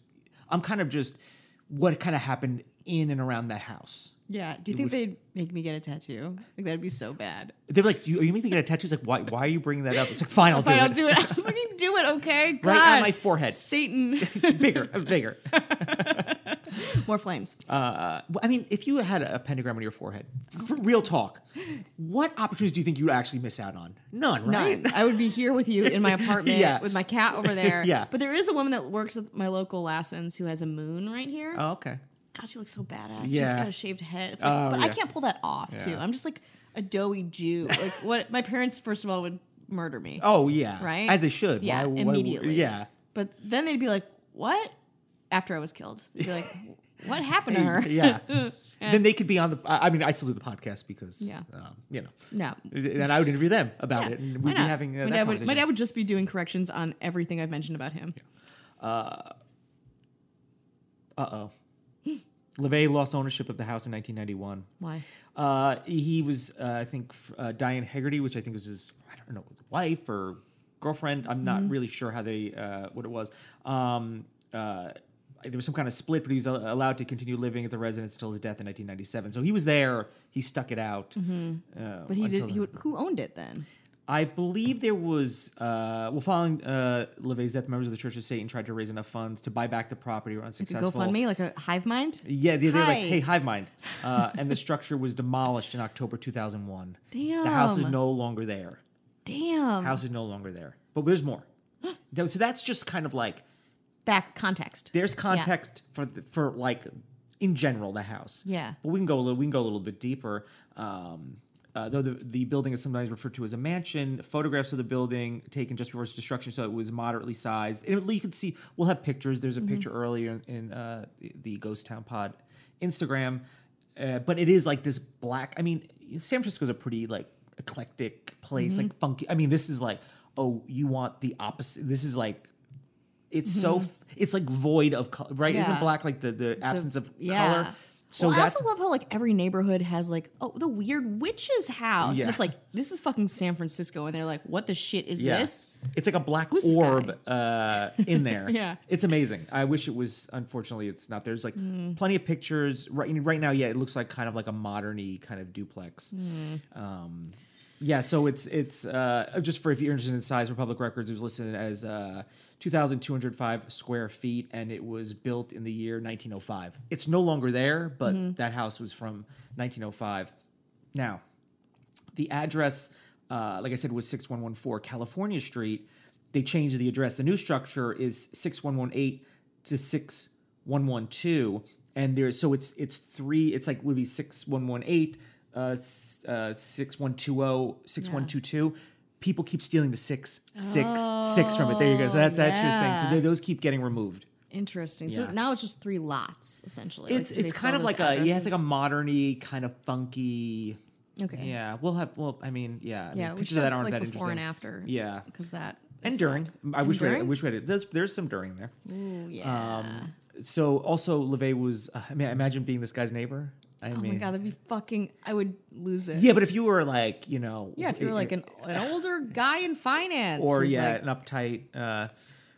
[SPEAKER 3] I'm kind of just what kind of happened in and around that house.
[SPEAKER 2] Yeah. Do you think they'd make me get a tattoo? Like that'd be so bad.
[SPEAKER 3] They're like, you, you made me get a tattoo. It's like, why why are you bringing that up? It's like, fine, I'll do
[SPEAKER 2] Fine,
[SPEAKER 3] it.
[SPEAKER 2] I'll do it. I'll fucking do it. Okay. God.
[SPEAKER 3] Right on my forehead.
[SPEAKER 2] Satan.
[SPEAKER 3] bigger, bigger.
[SPEAKER 2] More flames.
[SPEAKER 3] Well, I mean, if you had a pentagram on your forehead, for real talk, what opportunities do you think you would actually miss out on? None, right?
[SPEAKER 2] None. I would be here with you in my apartment
[SPEAKER 3] Yeah.
[SPEAKER 2] with my cat over there.
[SPEAKER 3] Yeah.
[SPEAKER 2] But there is a woman that works at my local Lassen's who has a moon right here.
[SPEAKER 3] Oh, okay.
[SPEAKER 2] God, she looks so badass. She's
[SPEAKER 3] Yeah. Oh,
[SPEAKER 2] got a shaved head. It's like, but I
[SPEAKER 3] yeah.
[SPEAKER 2] can't pull that off too. I'm just like a doughy Jew. Like what? My parents, first of all, would murder me.
[SPEAKER 3] Oh yeah,
[SPEAKER 2] Right?
[SPEAKER 3] As they should.
[SPEAKER 2] Yeah,
[SPEAKER 3] Why- why-
[SPEAKER 2] immediately.
[SPEAKER 3] yeah,
[SPEAKER 2] But then they'd be like, "What?" After I was killed, they'd be like, "What happened to her?"
[SPEAKER 3] yeah. then they could be on the. I I mean, I still do the podcast because,
[SPEAKER 2] Yeah.
[SPEAKER 3] um, you know,
[SPEAKER 2] No.
[SPEAKER 3] and I would interview them about it, and
[SPEAKER 2] Why
[SPEAKER 3] we'd be
[SPEAKER 2] not?
[SPEAKER 3] having uh,
[SPEAKER 2] my, dad
[SPEAKER 3] that
[SPEAKER 2] would, my
[SPEAKER 3] conversation.
[SPEAKER 2] dad would just be doing corrections on everything I've mentioned about him.
[SPEAKER 3] Uh oh, Levay lost ownership of the house in 1991.
[SPEAKER 2] Why?
[SPEAKER 3] Uh, he was, uh, I think, f- uh, Diane Hegarty, which I think was his, I don't know, wife or girlfriend. I'm not really sure how they, uh, what it was. Um, uh, there was some kind of split, but he was a- allowed to continue living at the residence until his death in 1997. So he was there. He stuck it out. Uh,
[SPEAKER 2] But he
[SPEAKER 3] until
[SPEAKER 2] did. He would, who owned it then?
[SPEAKER 3] I believe there was, uh, well, following uh, LeVay's death, members of the Church of Satan tried to raise enough funds to buy back the property were
[SPEAKER 2] Like a
[SPEAKER 3] unsuccessful.
[SPEAKER 2] GoFundMe, like a hive mind.
[SPEAKER 3] Yeah, they, they're like,
[SPEAKER 2] Hi.
[SPEAKER 3] hey, hive mind. Uh, and the structure was demolished in October 2001. The house is
[SPEAKER 2] Damn.
[SPEAKER 3] no longer there.
[SPEAKER 2] Damn.
[SPEAKER 3] House is no longer there. But there's more. No, so that's just kind of like,
[SPEAKER 2] Back context.
[SPEAKER 3] there's context for the, for like in general the house.
[SPEAKER 2] Yeah.
[SPEAKER 3] But we can go a little we can go a little bit deeper. Um uh, though the, the building is sometimes referred to as a mansion, photographs of the building taken just before its destruction, so it was moderately sized. And you can see, we'll have pictures. There's a
[SPEAKER 2] Mm-hmm.
[SPEAKER 3] picture earlier in uh, the Ghost Town Pod Instagram, uh, but it is like this black. I mean, San Francisco's a pretty like eclectic place,
[SPEAKER 2] Mm-hmm.
[SPEAKER 3] like funky. I mean, this is like, oh, you want the opposite. This is like it's so f- it's like void of color, right? Isn't
[SPEAKER 2] Mm-hmm. Yeah.
[SPEAKER 3] black like the the absence of color? So
[SPEAKER 2] So well, I
[SPEAKER 3] that's
[SPEAKER 2] also love how like every neighborhood has like oh the weird witch's house. And
[SPEAKER 3] Yeah.
[SPEAKER 2] it's like this is fucking San Francisco, and they're like, what the shit is
[SPEAKER 3] yeah.
[SPEAKER 2] this?
[SPEAKER 3] It's like a black
[SPEAKER 2] Blue sky.
[SPEAKER 3] orb uh, in there.
[SPEAKER 2] Yeah.
[SPEAKER 3] it's amazing. I wish it was. Unfortunately, it's not. There's like plenty of
[SPEAKER 2] Hmm.
[SPEAKER 3] pictures right right now. Yeah, it looks like kind of like a moderny kind of duplex. Um, Yeah, so it's it's uh, just for if you're interested in size, Republic Records it was listed as uh, 2,205 square feet, and it was built in the year 1905. It's no longer there, but
[SPEAKER 2] Mm-hmm.
[SPEAKER 3] that house was from 1905. Now, the address, uh, like I said, was 6114 California Street. They changed the address. The new structure is 6118 to 6112. And there's so it's it's three, it's like would be 6118, uh, s- uh, 6120, 6122. People keep stealing the six, six, six from it. There you go. So
[SPEAKER 2] Oh,
[SPEAKER 3] that, that's your thing. So they, those keep getting removed.
[SPEAKER 2] Interesting. So
[SPEAKER 3] Yeah.
[SPEAKER 2] now it's just three lots essentially.
[SPEAKER 3] It's
[SPEAKER 2] Like, do they
[SPEAKER 3] it's
[SPEAKER 2] still
[SPEAKER 3] kind
[SPEAKER 2] have
[SPEAKER 3] of
[SPEAKER 2] those
[SPEAKER 3] like a yeah, it's
[SPEAKER 2] addresses?
[SPEAKER 3] like a moderny kind of funky.
[SPEAKER 2] okay.
[SPEAKER 3] Yeah, we'll have well. I mean, yeah, I mean,
[SPEAKER 2] Yeah, we
[SPEAKER 3] pictures
[SPEAKER 2] should
[SPEAKER 3] of
[SPEAKER 2] have
[SPEAKER 3] that aren't
[SPEAKER 2] like
[SPEAKER 3] that
[SPEAKER 2] before and
[SPEAKER 3] interesting.
[SPEAKER 2] after.
[SPEAKER 3] Yeah.
[SPEAKER 2] because that
[SPEAKER 3] and
[SPEAKER 2] is
[SPEAKER 3] during.
[SPEAKER 2] sad.
[SPEAKER 3] I
[SPEAKER 2] And
[SPEAKER 3] wish we had, I
[SPEAKER 2] during?
[SPEAKER 3] wish we had it. There's there's some during there.
[SPEAKER 2] Ooh, yeah.
[SPEAKER 3] Um, So also LeVay was. Uh, I mean, imagine being this guy's neighbor. I
[SPEAKER 2] oh
[SPEAKER 3] mean,
[SPEAKER 2] my god, that'd be fucking. I would lose it.
[SPEAKER 3] yeah, but if you were like you know,
[SPEAKER 2] Yeah, if you were like an, an older guy in finance,
[SPEAKER 3] or
[SPEAKER 2] who's
[SPEAKER 3] yeah,
[SPEAKER 2] like
[SPEAKER 3] an uptight. Uh,
[SPEAKER 2] Yeah.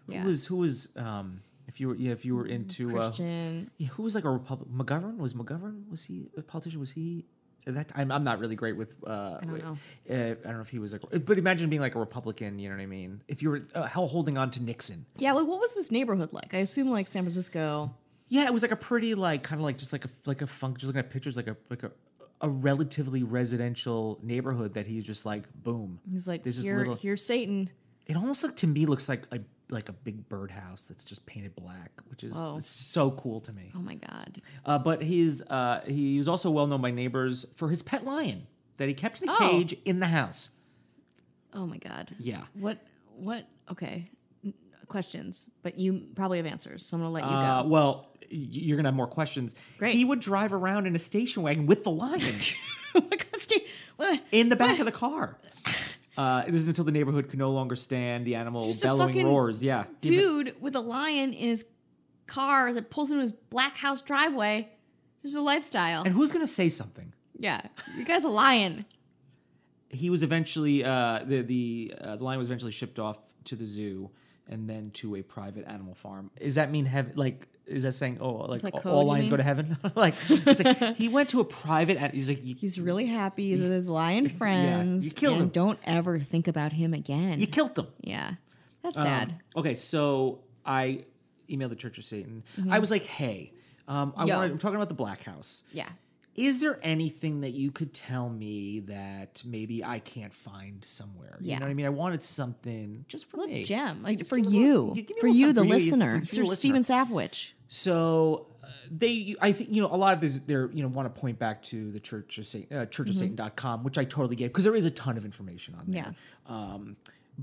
[SPEAKER 2] Mm,
[SPEAKER 3] Who was who was um if you were yeah if you were into Uh,
[SPEAKER 2] Christian.
[SPEAKER 3] yeah, who was like a Republican? McGovern was McGovern was he a politician? Was he at that? I'm I'm not really great with. Uh, I
[SPEAKER 2] don't know.
[SPEAKER 3] Uh, I don't know if he was like, but imagine being like a Republican. You know what I mean? If you were uh, hell holding on to Nixon.
[SPEAKER 2] Yeah, like what was this neighborhood like? I assume like San Francisco.
[SPEAKER 3] Yeah, it was like a pretty like kind of like just like a like a funk. Just looking at pictures, like a like a a relatively residential neighborhood that he's just like boom.
[SPEAKER 2] He's like,
[SPEAKER 3] this is
[SPEAKER 2] here,
[SPEAKER 3] little.
[SPEAKER 2] here's Satan.
[SPEAKER 3] It almost look, to me looks like a like a big birdhouse that's just painted black, which is
[SPEAKER 2] Whoa.
[SPEAKER 3] it's so cool to me.
[SPEAKER 2] Oh my god.
[SPEAKER 3] Uh, but he's uh, he was also well known by neighbors for his pet lion that he kept in a
[SPEAKER 2] Oh.
[SPEAKER 3] cage in the house.
[SPEAKER 2] Oh my god.
[SPEAKER 3] Yeah.
[SPEAKER 2] What? What? Okay. N- Questions, but you probably have answers, so I'm gonna let you
[SPEAKER 3] Uh,
[SPEAKER 2] go.
[SPEAKER 3] well, y- you're gonna have more questions.
[SPEAKER 2] Great.
[SPEAKER 3] He would drive around in a station wagon with the lion.
[SPEAKER 2] oh my god, Steve. What?
[SPEAKER 3] in the back of the car. Uh, this is until the neighborhood could no longer stand the animal
[SPEAKER 2] Just a
[SPEAKER 3] bellowing
[SPEAKER 2] fucking
[SPEAKER 3] roars. Yeah,
[SPEAKER 2] dude with a lion in his car that pulls into his black house driveway. There's a lifestyle.
[SPEAKER 3] And who's gonna say something?
[SPEAKER 2] yeah, you guys a lion.
[SPEAKER 3] He was eventually uh, the the uh, the lion was eventually shipped off to the zoo and then to a private animal farm. Does that mean heaven? Like, is that saying oh, like,
[SPEAKER 2] like
[SPEAKER 3] all-
[SPEAKER 2] code,
[SPEAKER 3] all
[SPEAKER 2] you
[SPEAKER 3] lions go
[SPEAKER 2] mean?
[SPEAKER 3] to heaven? like, it's like, he went to a private. an- He's like, you,
[SPEAKER 2] He's really happy with his lion friends.
[SPEAKER 3] you killed
[SPEAKER 2] and
[SPEAKER 3] him.
[SPEAKER 2] Don't ever think about him again.
[SPEAKER 3] you um, killed him.
[SPEAKER 2] yeah, that's sad.
[SPEAKER 3] Okay, so I emailed the Church of Satan. I was like, hey, um, I
[SPEAKER 2] Mm-hmm. Yo.
[SPEAKER 3] wanted, I'm talking about the Black House.
[SPEAKER 2] Yeah.
[SPEAKER 3] is there anything that you could tell me that maybe I can't find somewhere? You
[SPEAKER 2] Yeah.
[SPEAKER 3] know what I mean? I wanted something just for me.
[SPEAKER 2] Gem, like
[SPEAKER 3] Just
[SPEAKER 2] for
[SPEAKER 3] give me a
[SPEAKER 2] you,
[SPEAKER 3] little- give me a
[SPEAKER 2] for
[SPEAKER 3] little
[SPEAKER 2] you, the
[SPEAKER 3] something for you, for
[SPEAKER 2] listener, Sir
[SPEAKER 3] you, the
[SPEAKER 2] Steven
[SPEAKER 3] listener.
[SPEAKER 2] Safwich.
[SPEAKER 3] So uh, they, I think, you know, a lot of this, they're, you know, want to point back to the Church of Satan, uh, Church of Satan.com, which I totally get because there is a ton of information on there.
[SPEAKER 2] Yeah.
[SPEAKER 3] Um,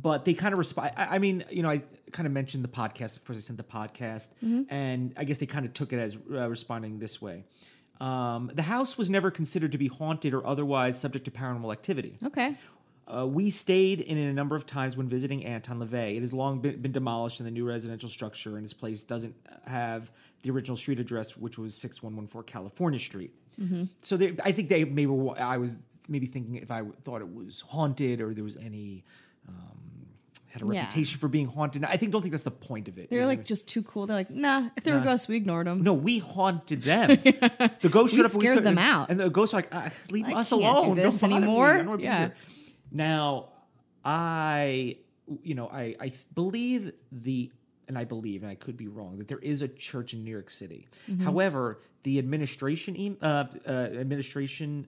[SPEAKER 3] but they kind of respond. I, I mean, you know, I kind of mentioned the podcast. Of course, I sent the podcast, and I guess they kind of took it as uh, responding this way. Um, the house was never considered to be haunted or otherwise subject to paranormal activity.
[SPEAKER 2] Okay.
[SPEAKER 3] Uh, we stayed in it a number of times when visiting Anton LaVey. It has long been, been demolished and the new residential structure, and its place doesn't have the original street address, which was 6114 California Street. So they, I think they maybe were, I was maybe thinking if I thought it was haunted or there was any. Um, had a
[SPEAKER 2] Yeah.
[SPEAKER 3] reputation for being haunted. I think don't think that's the point of it. you
[SPEAKER 2] They're
[SPEAKER 3] know what I
[SPEAKER 2] like just too cool. They're like, nah. If they were ghosts, we ignored them.
[SPEAKER 3] no, we haunted them. The ghost
[SPEAKER 2] We
[SPEAKER 3] showed up. and
[SPEAKER 2] scared
[SPEAKER 3] started-
[SPEAKER 2] them out.
[SPEAKER 3] and the ghosts were like, uh, "Leave
[SPEAKER 2] I
[SPEAKER 3] us
[SPEAKER 2] can't do
[SPEAKER 3] alone!
[SPEAKER 2] this
[SPEAKER 3] don't bother me.
[SPEAKER 2] anymore."
[SPEAKER 3] I don't wanna be
[SPEAKER 2] Yeah.
[SPEAKER 3] here. Now, I, you know, I, I believe the, and I believe, and I could be wrong, that there is a church in New York City.
[SPEAKER 2] Mm-hmm.
[SPEAKER 3] However, the administration, em- uh, uh, administration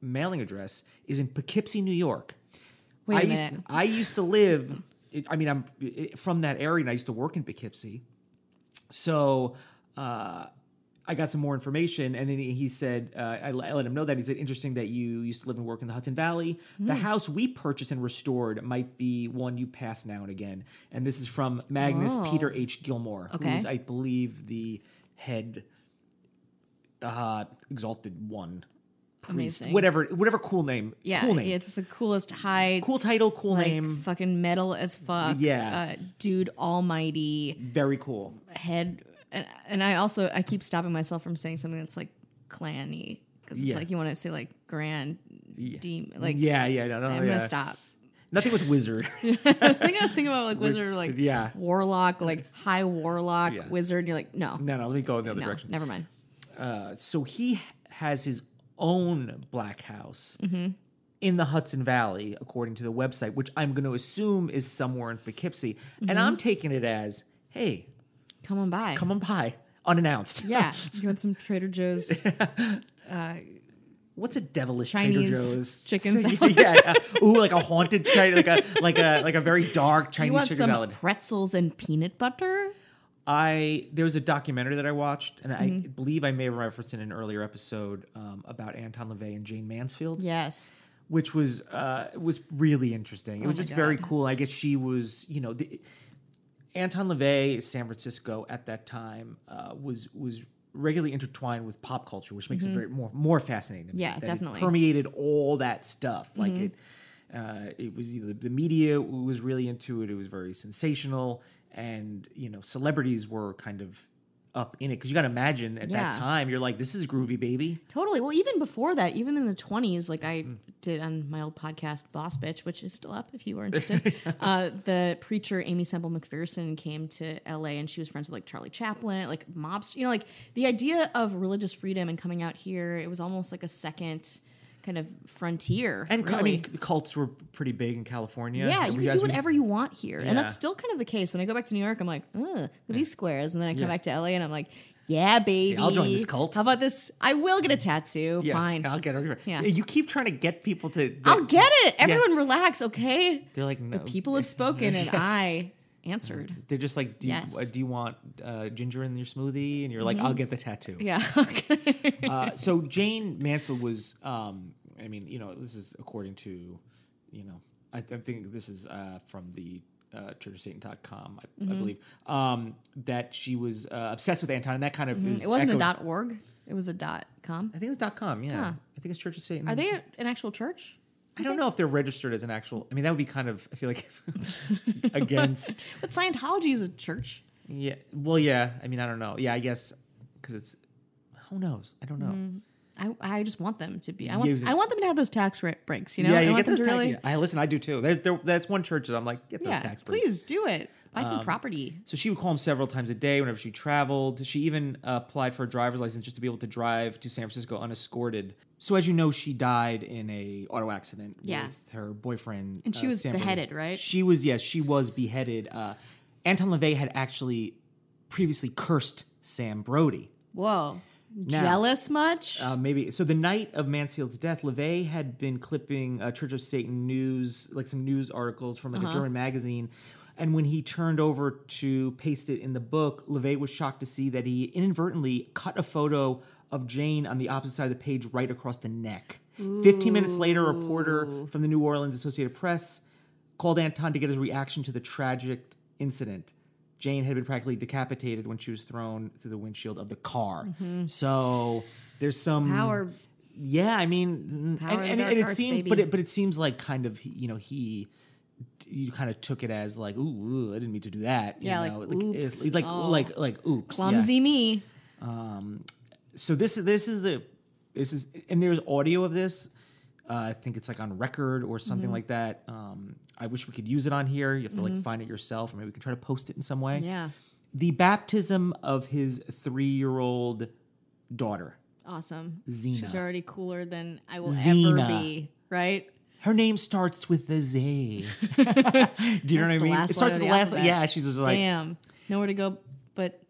[SPEAKER 3] mailing address is in Poughkeepsie, New York.
[SPEAKER 2] Wait a
[SPEAKER 3] I used,
[SPEAKER 2] minute.
[SPEAKER 3] I used to live. I mean, I'm from that area, and I used to work in Poughkeepsie. So uh, I got some more information, and then he he said, uh, I, le- I let him know that. He said, Interesting that you used to live and work in the Hudson Valley.
[SPEAKER 2] Hmm.
[SPEAKER 3] The house we purchased and restored might be one you pass now and again. And this is from Magnus
[SPEAKER 2] Whoa.
[SPEAKER 3] Peter H. Gilmore,
[SPEAKER 2] Oh. Okay.
[SPEAKER 3] who's, I believe, the head uh, exalted one. Priest,
[SPEAKER 2] Amazing.
[SPEAKER 3] whatever, whatever cool name,
[SPEAKER 2] Yeah,
[SPEAKER 3] cool name,
[SPEAKER 2] it's the coolest high,
[SPEAKER 3] cool title, cool
[SPEAKER 2] like
[SPEAKER 3] name,
[SPEAKER 2] fucking metal as fuck.
[SPEAKER 3] Yeah.
[SPEAKER 2] uh, dude, almighty.
[SPEAKER 3] very cool.
[SPEAKER 2] head and, and i also i keep stopping myself from saying something that's like clanny because it's
[SPEAKER 3] Yeah.
[SPEAKER 2] like you want to say like grand demon like
[SPEAKER 3] yeah, yeah, no, no,
[SPEAKER 2] i'm
[SPEAKER 3] yeah.
[SPEAKER 2] gonna stop
[SPEAKER 3] Nothing with wizard.
[SPEAKER 2] i think i was thinking about like wizard like
[SPEAKER 3] yeah.
[SPEAKER 2] warlock like high warlock
[SPEAKER 3] Yeah.
[SPEAKER 2] wizard you're like no
[SPEAKER 3] no, no, let me go in the other
[SPEAKER 2] no,
[SPEAKER 3] direction.
[SPEAKER 2] never mind Mm-hmm.
[SPEAKER 3] so he has his own black house in the Hudson Valley, according to the website, which I'm going to assume is somewhere in Poughkeepsie.
[SPEAKER 2] Mm-hmm.
[SPEAKER 3] And I'm taking it as, hey,
[SPEAKER 2] Come on by.
[SPEAKER 3] come on by unannounced.
[SPEAKER 2] Yeah. You want some Trader Joe's
[SPEAKER 3] What's a devilish
[SPEAKER 2] Chinese
[SPEAKER 3] Trader Joe's
[SPEAKER 2] chicken salad?
[SPEAKER 3] yeah, yeah. Ooh, like a haunted China, like a like a like a very dark
[SPEAKER 2] you
[SPEAKER 3] Chinese
[SPEAKER 2] want
[SPEAKER 3] chicken
[SPEAKER 2] some
[SPEAKER 3] salad.
[SPEAKER 2] pretzels and peanut butter?
[SPEAKER 3] I there was a documentary that I watched, and I believe I may have referenced in an earlier episode um, about Anton LaVey and Jane Mansfield.
[SPEAKER 2] Yes.
[SPEAKER 3] which was uh was really
[SPEAKER 2] Oh
[SPEAKER 3] interesting. It was just very cool. I guess she was, you know, the, Anton LaVey, San Francisco at that time uh, was was regularly intertwined with pop culture, which makes it very more more fascinating. to me,
[SPEAKER 2] Mm-hmm. Yeah,
[SPEAKER 3] that it
[SPEAKER 2] definitely. Mm-hmm.
[SPEAKER 3] permeated all that stuff. Like it, uh, it was either the media was really into it. It was very sensational, and you know, celebrities were kind of up in it because you got to imagine at
[SPEAKER 2] Yeah.
[SPEAKER 3] that time you're like, this is groovy, baby.
[SPEAKER 2] Totally. Well, even before that, even in the 20s, like I
[SPEAKER 3] Hmm.
[SPEAKER 2] did on my old podcast, Boss Bitch, which is still up if you were interested, uh, the preacher Amy Semple McPherson came to LA and she was friends with like Charlie Chaplin, like mobs. You know, like the idea of religious freedom and coming out here, it was almost like a second kind of frontier.
[SPEAKER 3] And cu-
[SPEAKER 2] really.
[SPEAKER 3] I mean, c- cults were pretty big in California.
[SPEAKER 2] Yeah, you
[SPEAKER 3] Were
[SPEAKER 2] can
[SPEAKER 3] guys-
[SPEAKER 2] do whatever you want here. And
[SPEAKER 3] Yeah.
[SPEAKER 2] that's still kind of the case. When I go back to New York, I'm like, ugh, look at these squares. And then I come back to LA and I'm like, yeah, baby.
[SPEAKER 3] I'll join this cult.
[SPEAKER 2] How about this? I will get a tattoo.
[SPEAKER 3] Yeah,
[SPEAKER 2] Fine.
[SPEAKER 3] I'll get over.
[SPEAKER 2] Yeah.
[SPEAKER 3] Yeah. You keep trying to get people to.
[SPEAKER 2] I'll get it. Everyone relax, okay?
[SPEAKER 3] They're like, no.
[SPEAKER 2] The people have spoken and I answered.
[SPEAKER 3] They're just like, do you,
[SPEAKER 2] Yes. Mm-hmm.
[SPEAKER 3] uh, do you want uh, ginger in your smoothie? And you're like, I'll get the tattoo.
[SPEAKER 2] Yeah. Okay.
[SPEAKER 3] Uh, so Jane Mansfield was, um, I mean, you know, this is according to, you know, I, I think this is uh, from the uh, churchofsatan.com, I,
[SPEAKER 2] Mm-hmm.
[SPEAKER 3] I believe, um, that she was uh, obsessed with Anton. And that kind of is
[SPEAKER 2] Mm-hmm. It wasn't a
[SPEAKER 3] echoed-
[SPEAKER 2] dot org. It was a dot com.
[SPEAKER 3] I think it's dot .com, yeah. I think it's Church of Satan.
[SPEAKER 2] Are they an actual church?
[SPEAKER 3] I don't know if they're registered as an actual. I mean, that would be kind of. I feel like against.
[SPEAKER 2] But Scientology is a church.
[SPEAKER 3] Yeah. Well, yeah. I mean, I don't know. Yeah, I guess because it's. Who knows? I don't know.
[SPEAKER 2] Mm-hmm. I, I just want them to be. I want
[SPEAKER 3] Use it.
[SPEAKER 2] I want them to have those tax re- breaks. You know.
[SPEAKER 3] yeah,
[SPEAKER 2] I
[SPEAKER 3] you
[SPEAKER 2] want
[SPEAKER 3] get those
[SPEAKER 2] them
[SPEAKER 3] tax.
[SPEAKER 2] to really.
[SPEAKER 3] yeah, I listen. I do too. There's there, that's one church that I'm like, get those
[SPEAKER 2] Yeah,
[SPEAKER 3] tax breaks. Um,
[SPEAKER 2] please do it. Buy some property.
[SPEAKER 3] So she would call him several times a day whenever she traveled. She even uh, applied for a driver's license just to be able to drive to San Francisco unescorted. So as you know, she died in a auto accident
[SPEAKER 2] Yeah.
[SPEAKER 3] with her boyfriend. uh,
[SPEAKER 2] And she was
[SPEAKER 3] Sam Bernie.
[SPEAKER 2] beheaded, right?
[SPEAKER 3] She was yes, she was beheaded. Uh, Anton LaVey had actually previously cursed Sam Brody.
[SPEAKER 2] Whoa. Jealous much?
[SPEAKER 3] Uh, maybe so. The night of Mansfield's death, LeVay had been clipping uh, Church of Satan news, like some news articles from like a German magazine. And when he turned over to paste it in the book, LeVay was shocked to see that he inadvertently cut a photo of Jane on the opposite side of the page, right across the neck. Fifteen minutes later, a reporter from the New Orleans Associated Press called Anton to get his reaction to the tragic incident. Jane had been practically decapitated when she was thrown through the windshield of the car. So there's some
[SPEAKER 2] Mm-hmm. Power.
[SPEAKER 3] Yeah, I mean,
[SPEAKER 2] Power
[SPEAKER 3] and,
[SPEAKER 2] of the
[SPEAKER 3] and,
[SPEAKER 2] dark
[SPEAKER 3] and it
[SPEAKER 2] arts,
[SPEAKER 3] seems,
[SPEAKER 2] baby.
[SPEAKER 3] but it but it seems like kind of you know he. You kind of took it as like, ooh, ooh, I didn't mean to do that. you
[SPEAKER 2] Yeah, like,
[SPEAKER 3] know?
[SPEAKER 2] oops,
[SPEAKER 3] it's- like,
[SPEAKER 2] oh.
[SPEAKER 3] like, like, oops, yeah.
[SPEAKER 2] Clumsy me.
[SPEAKER 3] So this is this is the this is and there's audio of this. Uh, I think it's like on record or something
[SPEAKER 2] Mm-hmm.
[SPEAKER 3] like that. Um, I wish we could use it on here. You have to like find it yourself, or maybe we can try to post it in some way.
[SPEAKER 2] Yeah.
[SPEAKER 3] The baptism of his three-year-old daughter.
[SPEAKER 2] Awesome.
[SPEAKER 3] Xena.
[SPEAKER 2] She's already cooler than I will ever
[SPEAKER 3] Xena.
[SPEAKER 2] be. Right?
[SPEAKER 3] Her name starts with a Z. Do you know what I
[SPEAKER 2] the
[SPEAKER 3] mean?
[SPEAKER 2] last
[SPEAKER 3] It
[SPEAKER 2] letter of
[SPEAKER 3] starts with
[SPEAKER 2] the
[SPEAKER 3] the last.
[SPEAKER 2] alphabet.
[SPEAKER 3] Yeah, she's just like.
[SPEAKER 2] Damn. Nowhere to go but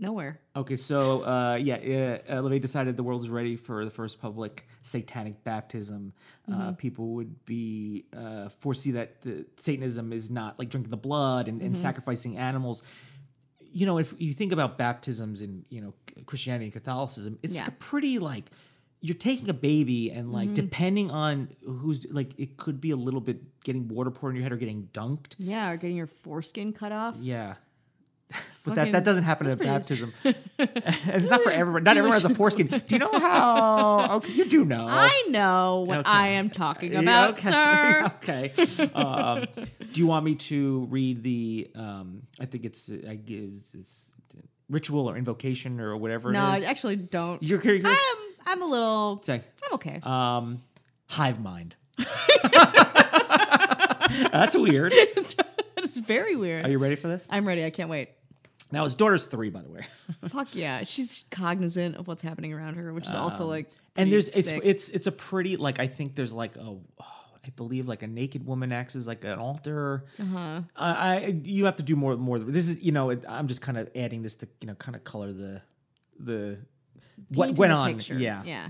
[SPEAKER 2] nowhere.
[SPEAKER 3] Okay, so uh, yeah, uh, uh, LeVay decided the world was ready for the first public satanic baptism. Uh, people would be uh, foresee that the, Satanism is not like drinking the blood and, and sacrificing animals. You know, if you think about baptisms in you know Christianity and Catholicism, it's
[SPEAKER 2] Yeah.
[SPEAKER 3] a pretty like you're taking a baby and like depending on who's like it could be a little bit getting water poured on your head or getting dunked.
[SPEAKER 2] Yeah, or getting your foreskin cut off.
[SPEAKER 3] Yeah. But
[SPEAKER 2] Fucking-
[SPEAKER 3] that, that doesn't happen at a baptism. and it's not for everyone. Not everyone has a foreskin. Do you know how? Okay, you do know.
[SPEAKER 2] I know what
[SPEAKER 3] Okay.
[SPEAKER 2] I am talking
[SPEAKER 3] Yeah,
[SPEAKER 2] about,
[SPEAKER 3] okay.
[SPEAKER 2] sir.
[SPEAKER 3] okay. Um, do you want me to read the? Um, I think it's I gives it's ritual or invocation or whatever.
[SPEAKER 2] No,
[SPEAKER 3] it is.
[SPEAKER 2] actually don't.
[SPEAKER 3] you're curious.
[SPEAKER 2] I'm I'm a little
[SPEAKER 3] Say,
[SPEAKER 2] I'm okay.
[SPEAKER 3] um, hive mind. That's weird.
[SPEAKER 2] That's very weird.
[SPEAKER 3] Are you ready for this?
[SPEAKER 2] I'm ready. I can't wait.
[SPEAKER 3] Now his daughter's three, by the way.
[SPEAKER 2] Fuck yeah, she's cognizant of what's happening around her, which is also like
[SPEAKER 3] Um, and there's
[SPEAKER 2] pretty sick.
[SPEAKER 3] it's it's it's a pretty like I think there's like a I believe like a naked woman acts as like an altar. Uh-huh. I you have to do more more. This is you know it, I'm just kind of adding this to you know kind of color the the what
[SPEAKER 2] Painting
[SPEAKER 3] went
[SPEAKER 2] the
[SPEAKER 3] on.
[SPEAKER 2] picture.
[SPEAKER 3] Yeah.
[SPEAKER 2] Yeah.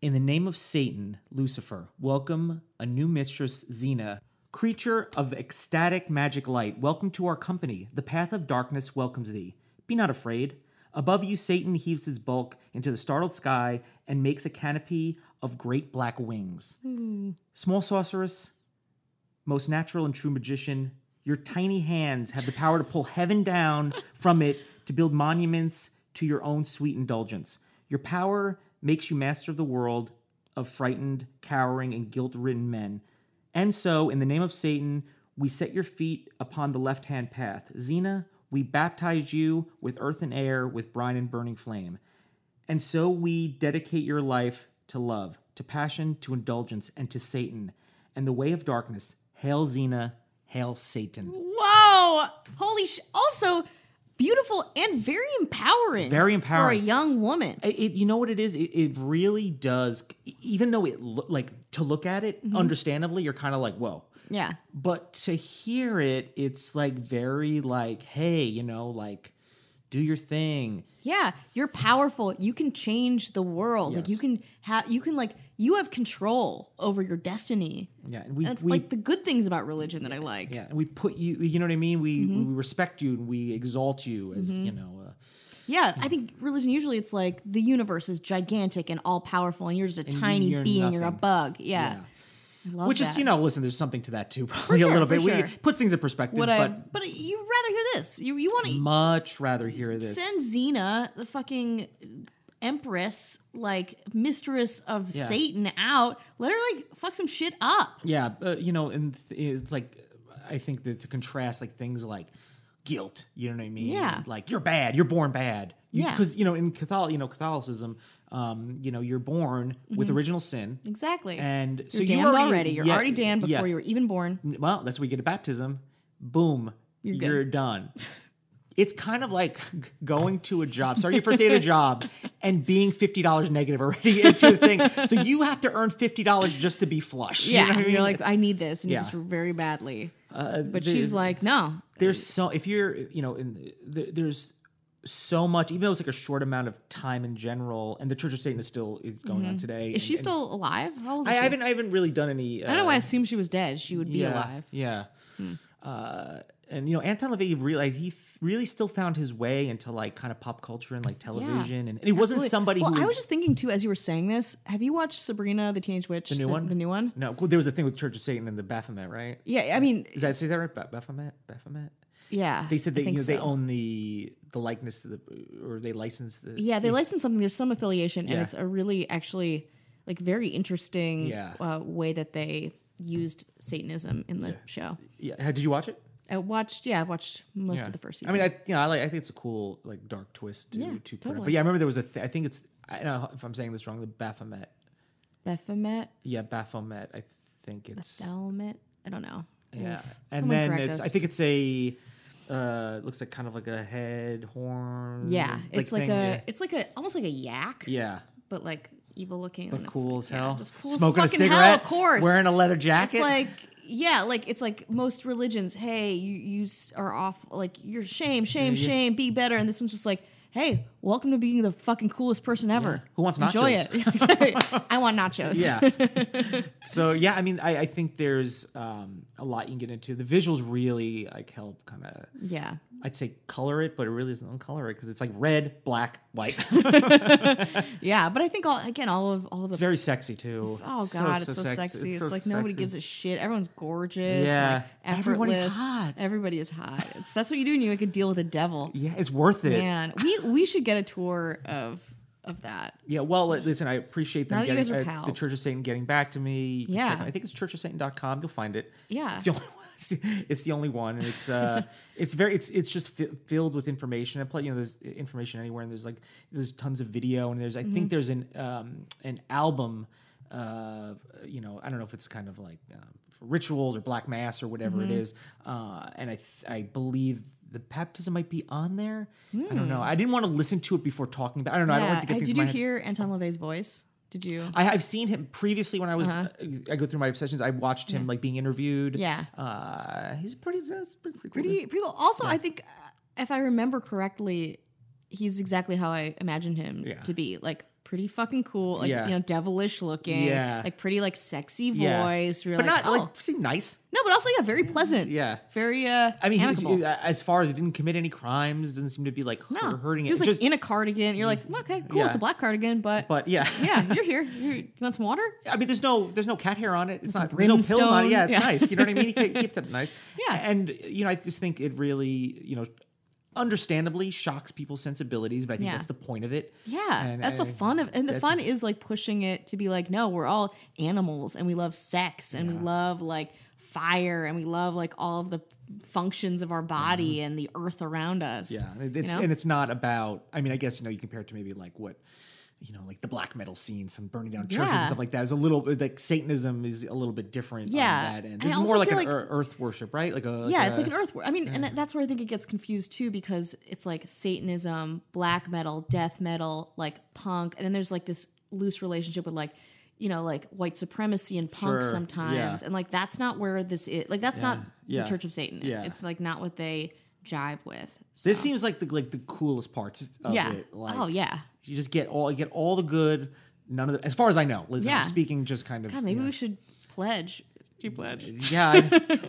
[SPEAKER 3] In the name of Satan, Lucifer, welcome a new mistress, Xena, creature of ecstatic magic light. Welcome to our company. The path of darkness welcomes thee. Be not afraid. Above you, Satan heaves his bulk into the startled sky and makes a canopy of great black wings. Small sorceress, most natural and true magician, your tiny hands have the power to pull heaven down from it to build monuments to your own sweet indulgence. Your power makes you master of the world of frightened, cowering, and guilt ridden men. And so, in the name of Satan, we set your feet upon the left hand path. Xena, we baptize you with earth and air, with brine and burning flame. And so we dedicate your life to love, to passion, to indulgence, and to Satan and the way of darkness. Hail Xena, hail Satan.
[SPEAKER 2] Whoa! Holy sh! Also beautiful and very empowering.
[SPEAKER 3] Very
[SPEAKER 2] for
[SPEAKER 3] empowering.
[SPEAKER 2] a young woman.
[SPEAKER 3] It, it- you know what it is? It, it really does, e, even though it, lo- like, to look at it, understandably, you're kind of like, whoa.
[SPEAKER 2] yeah.
[SPEAKER 3] But to hear it, it's like very, like, hey, you know, like, do your thing.
[SPEAKER 2] Yeah, you're powerful. You can change the world. Like you can have you can like you have control over your destiny.
[SPEAKER 3] Yeah. And we,
[SPEAKER 2] That's
[SPEAKER 3] we
[SPEAKER 2] like the good things about religion that I like.
[SPEAKER 3] yeah, and we put you, you know what I mean? We, we respect you and we exalt you as, you know, uh,
[SPEAKER 2] Yeah, I think religion usually it's like the universe is gigantic and all powerful, and you're just a
[SPEAKER 3] you-
[SPEAKER 2] tiny
[SPEAKER 3] you're
[SPEAKER 2] being or a
[SPEAKER 3] nothing.
[SPEAKER 2] bug. Yeah, I love
[SPEAKER 3] which is
[SPEAKER 2] that.
[SPEAKER 3] you know listen there's something to that too probably
[SPEAKER 2] sure,
[SPEAKER 3] a little
[SPEAKER 2] for
[SPEAKER 3] bit We-
[SPEAKER 2] sure.
[SPEAKER 3] it puts things in perspective
[SPEAKER 2] What I
[SPEAKER 3] but
[SPEAKER 2] but you rather hear this. You you want to
[SPEAKER 3] much rather hear this
[SPEAKER 2] send Xena the fucking empress, like mistress of
[SPEAKER 3] Yeah.
[SPEAKER 2] Satan, out. Let her like fuck some shit up.
[SPEAKER 3] yeah uh, you know and th- it's like i think that to contrast like things like guilt you know what i mean
[SPEAKER 2] Yeah.
[SPEAKER 3] like you're bad you're born bad
[SPEAKER 2] Yeah.
[SPEAKER 3] because you know in catholic you know catholicism um you know you're born with original sin
[SPEAKER 2] Mm-hmm. Exactly.
[SPEAKER 3] and so
[SPEAKER 2] you're
[SPEAKER 3] you
[SPEAKER 2] damned already. You're
[SPEAKER 3] yeah,
[SPEAKER 2] already damned before
[SPEAKER 3] yeah.
[SPEAKER 2] you were even born.
[SPEAKER 3] well, that's where you get a baptism. Boom, you're,
[SPEAKER 2] good.
[SPEAKER 3] done. It's kind of like going to a job, starting your first day at a job, and being fifty dollars negative already into the thing. So you have to earn fifty dollars just to be flush.
[SPEAKER 2] Yeah,
[SPEAKER 3] you know what I
[SPEAKER 2] and
[SPEAKER 3] mean?
[SPEAKER 2] you're like, I need this, and
[SPEAKER 3] Yeah. Uh,
[SPEAKER 2] this very badly. but
[SPEAKER 3] the-
[SPEAKER 2] she's like, no,
[SPEAKER 3] there's so if you're you know in there, there's so much even though it's like a short amount of time in general, and the Church of Satan is still is going on today.
[SPEAKER 2] Mm-hmm. is she still alive? How old is
[SPEAKER 3] I
[SPEAKER 2] she?
[SPEAKER 3] haven't I haven't really done any. Uh,
[SPEAKER 2] I don't know. why I assumed she was dead. She would be
[SPEAKER 3] yeah,
[SPEAKER 2] alive. Hmm.
[SPEAKER 3] Yeah. Uh, and you know, Anton LaVey really he f- really still found his way into like kind of pop culture and like television, and, and it wasn't
[SPEAKER 2] Absolutely.
[SPEAKER 3] somebody
[SPEAKER 2] Well,
[SPEAKER 3] who was,
[SPEAKER 2] I was just thinking too as you were saying this. Have you watched Sabrina the Teenage Witch?
[SPEAKER 3] the new one.
[SPEAKER 2] The new one.
[SPEAKER 3] No, well, there was a thing with Church of Satan and the Baphomet, right?
[SPEAKER 2] Yeah, I mean,
[SPEAKER 3] Is that is that right? Ba- Baphomet, Baphomet.
[SPEAKER 2] yeah.
[SPEAKER 3] They
[SPEAKER 2] I
[SPEAKER 3] said they you
[SPEAKER 2] think
[SPEAKER 3] know, they
[SPEAKER 2] so.
[SPEAKER 3] own the the likeness to the or they license the
[SPEAKER 2] Yeah, they license something. There's some affiliation, and
[SPEAKER 3] Yeah.
[SPEAKER 2] it's a really actually like very interesting
[SPEAKER 3] Yeah.
[SPEAKER 2] uh, way that they used Satanism in the show.
[SPEAKER 3] yeah. How- Did you watch it?
[SPEAKER 2] I watched. Yeah, I watched most
[SPEAKER 3] Yeah.
[SPEAKER 2] of the first
[SPEAKER 3] I
[SPEAKER 2] season.
[SPEAKER 3] mean, I you know, I like I think it's a cool like dark twist to
[SPEAKER 2] Yeah,
[SPEAKER 3] to put up.
[SPEAKER 2] totally.
[SPEAKER 3] But yeah, I remember there was a th- I think it's I don't know if I'm saying this wrong. The Baphomet,
[SPEAKER 2] Baphomet,
[SPEAKER 3] yeah, Baphomet. I think it's
[SPEAKER 2] Thelmet. I don't know.
[SPEAKER 3] Yeah,
[SPEAKER 2] Oof.
[SPEAKER 3] and
[SPEAKER 2] Someone
[SPEAKER 3] then
[SPEAKER 2] correct
[SPEAKER 3] it's
[SPEAKER 2] us.
[SPEAKER 3] I think it's a uh looks like kind of like a head horn.
[SPEAKER 2] yeah, it's like,
[SPEAKER 3] thing,
[SPEAKER 2] a,
[SPEAKER 3] yeah.
[SPEAKER 2] it's like a, almost like a yak,
[SPEAKER 3] yeah.
[SPEAKER 2] but like evil looking,
[SPEAKER 3] But
[SPEAKER 2] and it's-
[SPEAKER 3] cool as
[SPEAKER 2] yeah,
[SPEAKER 3] hell.
[SPEAKER 2] just cool
[SPEAKER 3] Smoking
[SPEAKER 2] as
[SPEAKER 3] a
[SPEAKER 2] fucking
[SPEAKER 3] cigarette.
[SPEAKER 2] hell, of course.
[SPEAKER 3] Wearing a leather jacket.
[SPEAKER 2] it's like yeah, like it's like most religions. Hey, you you s- are off. Like you're shame, shame, shame. Be better. And this one's just like, hey, welcome to being the fucking coolest person ever.
[SPEAKER 3] Who wants
[SPEAKER 2] Enjoy
[SPEAKER 3] nachos?
[SPEAKER 2] it. Exactly. I want nachos.
[SPEAKER 3] yeah. so yeah, I mean, I, I think there's um a lot you can get into. The visuals really like help kind of.
[SPEAKER 2] yeah.
[SPEAKER 3] I'd say color it, but it really doesn't color it because it's like red, black, white.
[SPEAKER 2] Yeah, but I think all again, all of all of the
[SPEAKER 3] it's very sexy too.
[SPEAKER 2] Oh
[SPEAKER 3] It's
[SPEAKER 2] god, it's so, sexy. It's, like nobody
[SPEAKER 3] sexy.
[SPEAKER 2] gives a shit. Everyone's gorgeous.
[SPEAKER 3] Yeah.
[SPEAKER 2] like,
[SPEAKER 3] Everybody's
[SPEAKER 2] effortless.
[SPEAKER 3] hot.
[SPEAKER 2] Everybody is hot. It's, that's what you do when you make a deal with the devil.
[SPEAKER 3] Yeah, it's worth it.
[SPEAKER 2] Man, we we should get a tour of of that.
[SPEAKER 3] Yeah, well, li- listen, I appreciate them
[SPEAKER 2] Now that you
[SPEAKER 3] getting
[SPEAKER 2] guys are
[SPEAKER 3] uh, the
[SPEAKER 2] pals.
[SPEAKER 3] Church of Satan getting back to me. You can
[SPEAKER 2] Yeah.
[SPEAKER 3] check it- I think it's churchofsatan.com. You'll find it.
[SPEAKER 2] Yeah.
[SPEAKER 3] It's the only one. It's the- It's the only one, and it's uh, it's very it's it's just fi- filled with information. I play you know there's information anywhere, and there's like there's tons of video, and there's I
[SPEAKER 2] Mm-hmm.
[SPEAKER 3] think there's an um an album, uh you know I don't know if it's kind of like um, rituals or black mass or whatever
[SPEAKER 2] Mm-hmm.
[SPEAKER 3] it is, uh and I th- I believe the baptism might be on there. I don't know. I didn't want to listen to it before talking about. I don't know. I don't
[SPEAKER 2] Hmm. yeah.
[SPEAKER 3] like to get
[SPEAKER 2] Hey,
[SPEAKER 3] things
[SPEAKER 2] did
[SPEAKER 3] in my
[SPEAKER 2] you
[SPEAKER 3] head.
[SPEAKER 2] hear Anton LaVey's voice? Did Did you?
[SPEAKER 3] I, I've seen him previously when I was. uh, I go through my obsessions. I watched him like being interviewed.
[SPEAKER 2] Uh-huh. Yeah.
[SPEAKER 3] uh, he's pretty. That's pretty, pretty, cool dude.
[SPEAKER 2] pretty pretty cool. Also, I think uh, if I remember correctly, he's exactly how I imagined him
[SPEAKER 3] Yeah.
[SPEAKER 2] to be. Like pretty fucking cool, like
[SPEAKER 3] Yeah.
[SPEAKER 2] you know, devilish looking,
[SPEAKER 3] Yeah.
[SPEAKER 2] like pretty like sexy
[SPEAKER 3] Yeah.
[SPEAKER 2] voice. We were
[SPEAKER 3] but
[SPEAKER 2] like,
[SPEAKER 3] not
[SPEAKER 2] oh.
[SPEAKER 3] like seem nice.
[SPEAKER 2] no, but also yeah, very pleasant.
[SPEAKER 3] Yeah.
[SPEAKER 2] very uh,
[SPEAKER 3] I mean, he's,
[SPEAKER 2] amicable.
[SPEAKER 3] he's- as far as he didn't commit any crimes, doesn't seem to be like
[SPEAKER 2] no,
[SPEAKER 3] hurt- hurting
[SPEAKER 2] he
[SPEAKER 3] it.
[SPEAKER 2] was like
[SPEAKER 3] Just-
[SPEAKER 2] in a cardigan. You're like, okay, cool, it's
[SPEAKER 3] Yeah.
[SPEAKER 2] a black cardigan, but
[SPEAKER 3] but yeah,
[SPEAKER 2] yeah, you're here. You're, you want some water?
[SPEAKER 3] I mean, there's no there's no cat hair on it. It's not there's no pills on it.
[SPEAKER 2] brimstone.
[SPEAKER 3] Yeah, it's
[SPEAKER 2] Yeah.
[SPEAKER 3] nice. You know what I mean? He kept kept it nice.
[SPEAKER 2] Yeah.
[SPEAKER 3] and you know, I just think it really you know, understandably shocks people's sensibilities, but I think
[SPEAKER 2] Yeah.
[SPEAKER 3] that's the point of it.
[SPEAKER 2] Yeah,
[SPEAKER 3] And
[SPEAKER 2] that's the
[SPEAKER 3] I-
[SPEAKER 2] fun of, and the
[SPEAKER 3] that's-
[SPEAKER 2] fun is like pushing it to be like, no, we're all animals, and we love sex, and we love like fire, and we love like all of the functions of our body and the earth around us.
[SPEAKER 3] Mm-hmm. Yeah, and it-
[SPEAKER 2] you
[SPEAKER 3] it's
[SPEAKER 2] know?
[SPEAKER 3] and it's not about. I mean, I guess you know you compare it to maybe like what you know, like the black metal scene, some burning down churches
[SPEAKER 2] Yeah.
[SPEAKER 3] and stuff like that. Is a little like Satanism is a little bit different.
[SPEAKER 2] Yeah.
[SPEAKER 3] on that
[SPEAKER 2] And
[SPEAKER 3] end. This
[SPEAKER 2] I
[SPEAKER 3] is more
[SPEAKER 2] also
[SPEAKER 3] like an
[SPEAKER 2] feel like-
[SPEAKER 3] ear- earth worship, right? Like a
[SPEAKER 2] yeah, it's like
[SPEAKER 3] a-
[SPEAKER 2] an earth war. I mean, and that's where I think it gets confused too, because it's like Satanism, black metal, death metal, like punk, and then there's like this loose relationship with like, you know, like white supremacy and punk
[SPEAKER 3] Sure, yeah.
[SPEAKER 2] sometimes, and like that's not where this is. Like that's not
[SPEAKER 3] yeah,
[SPEAKER 2] the Church of Satan.
[SPEAKER 3] yeah.
[SPEAKER 2] It's like not what they jive with. So,
[SPEAKER 3] This seems like the like the coolest parts of
[SPEAKER 2] yeah.
[SPEAKER 3] it. Like,
[SPEAKER 2] oh yeah.
[SPEAKER 3] You just get all you get all the good, none of the as far as I know. Liz,
[SPEAKER 2] Yeah.
[SPEAKER 3] I'm speaking just kind of.
[SPEAKER 2] God, maybe
[SPEAKER 3] you know.
[SPEAKER 2] we should pledge. Do you pledge?
[SPEAKER 3] Yeah. I-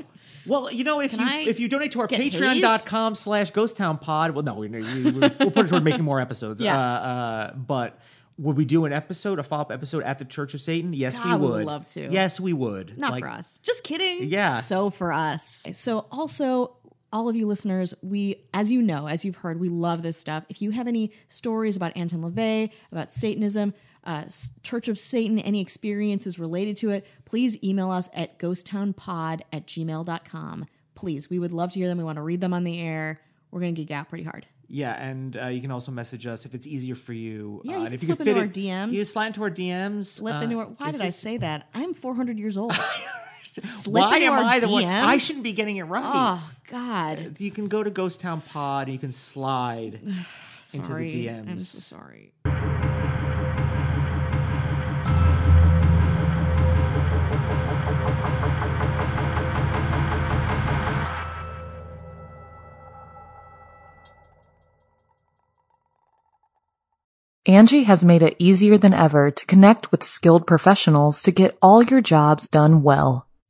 [SPEAKER 3] well, you know, if
[SPEAKER 2] Can
[SPEAKER 3] you
[SPEAKER 2] I
[SPEAKER 3] if you donate to our
[SPEAKER 2] get
[SPEAKER 3] patreon.com slash ghost town pod, well, no, we, we, we'll put it toward making more episodes.
[SPEAKER 2] Yeah.
[SPEAKER 3] Uh, uh, but would we do an episode, a follow up episode at the Church of Satan? Yes,
[SPEAKER 2] God,
[SPEAKER 3] we
[SPEAKER 2] we
[SPEAKER 3] would.
[SPEAKER 2] would love to.
[SPEAKER 3] Yes, we would.
[SPEAKER 2] Not
[SPEAKER 3] Like,
[SPEAKER 2] for us. Just kidding.
[SPEAKER 3] Yeah.
[SPEAKER 2] So for us. So also, all of you listeners, we, as you know, as you've heard, we love this stuff. If you have any stories about Anton LaVey, about Satanism, uh, S- Church of Satan, any experiences related to it, please email us at ghosttownpod at gmail.com. Please. We would love to hear them. We want to read them on the air. We're going to geek out pretty hard.
[SPEAKER 3] Yeah, and uh, you can also message us if it's easier for you.
[SPEAKER 2] Yeah,
[SPEAKER 3] uh,
[SPEAKER 2] you
[SPEAKER 3] and
[SPEAKER 2] can
[SPEAKER 3] if
[SPEAKER 2] slip
[SPEAKER 3] fit
[SPEAKER 2] into our
[SPEAKER 3] it-
[SPEAKER 2] DMs.
[SPEAKER 3] You slide into our DMs.
[SPEAKER 2] Slip
[SPEAKER 3] uh,
[SPEAKER 2] into our. Why
[SPEAKER 3] it's
[SPEAKER 2] did I
[SPEAKER 3] just-
[SPEAKER 2] say that? I'm 400 years old. Slip
[SPEAKER 3] Why
[SPEAKER 2] into
[SPEAKER 3] am
[SPEAKER 2] our
[SPEAKER 3] I the one?
[SPEAKER 2] DMs?
[SPEAKER 3] I shouldn't be getting it right.
[SPEAKER 2] Oh, God.
[SPEAKER 3] You can go to Ghost Town Pod and you can slide into
[SPEAKER 2] Sorry.
[SPEAKER 3] the DMs.
[SPEAKER 2] I'm so sorry.
[SPEAKER 1] Angie has made it easier than ever to connect with skilled professionals to get all your jobs done well.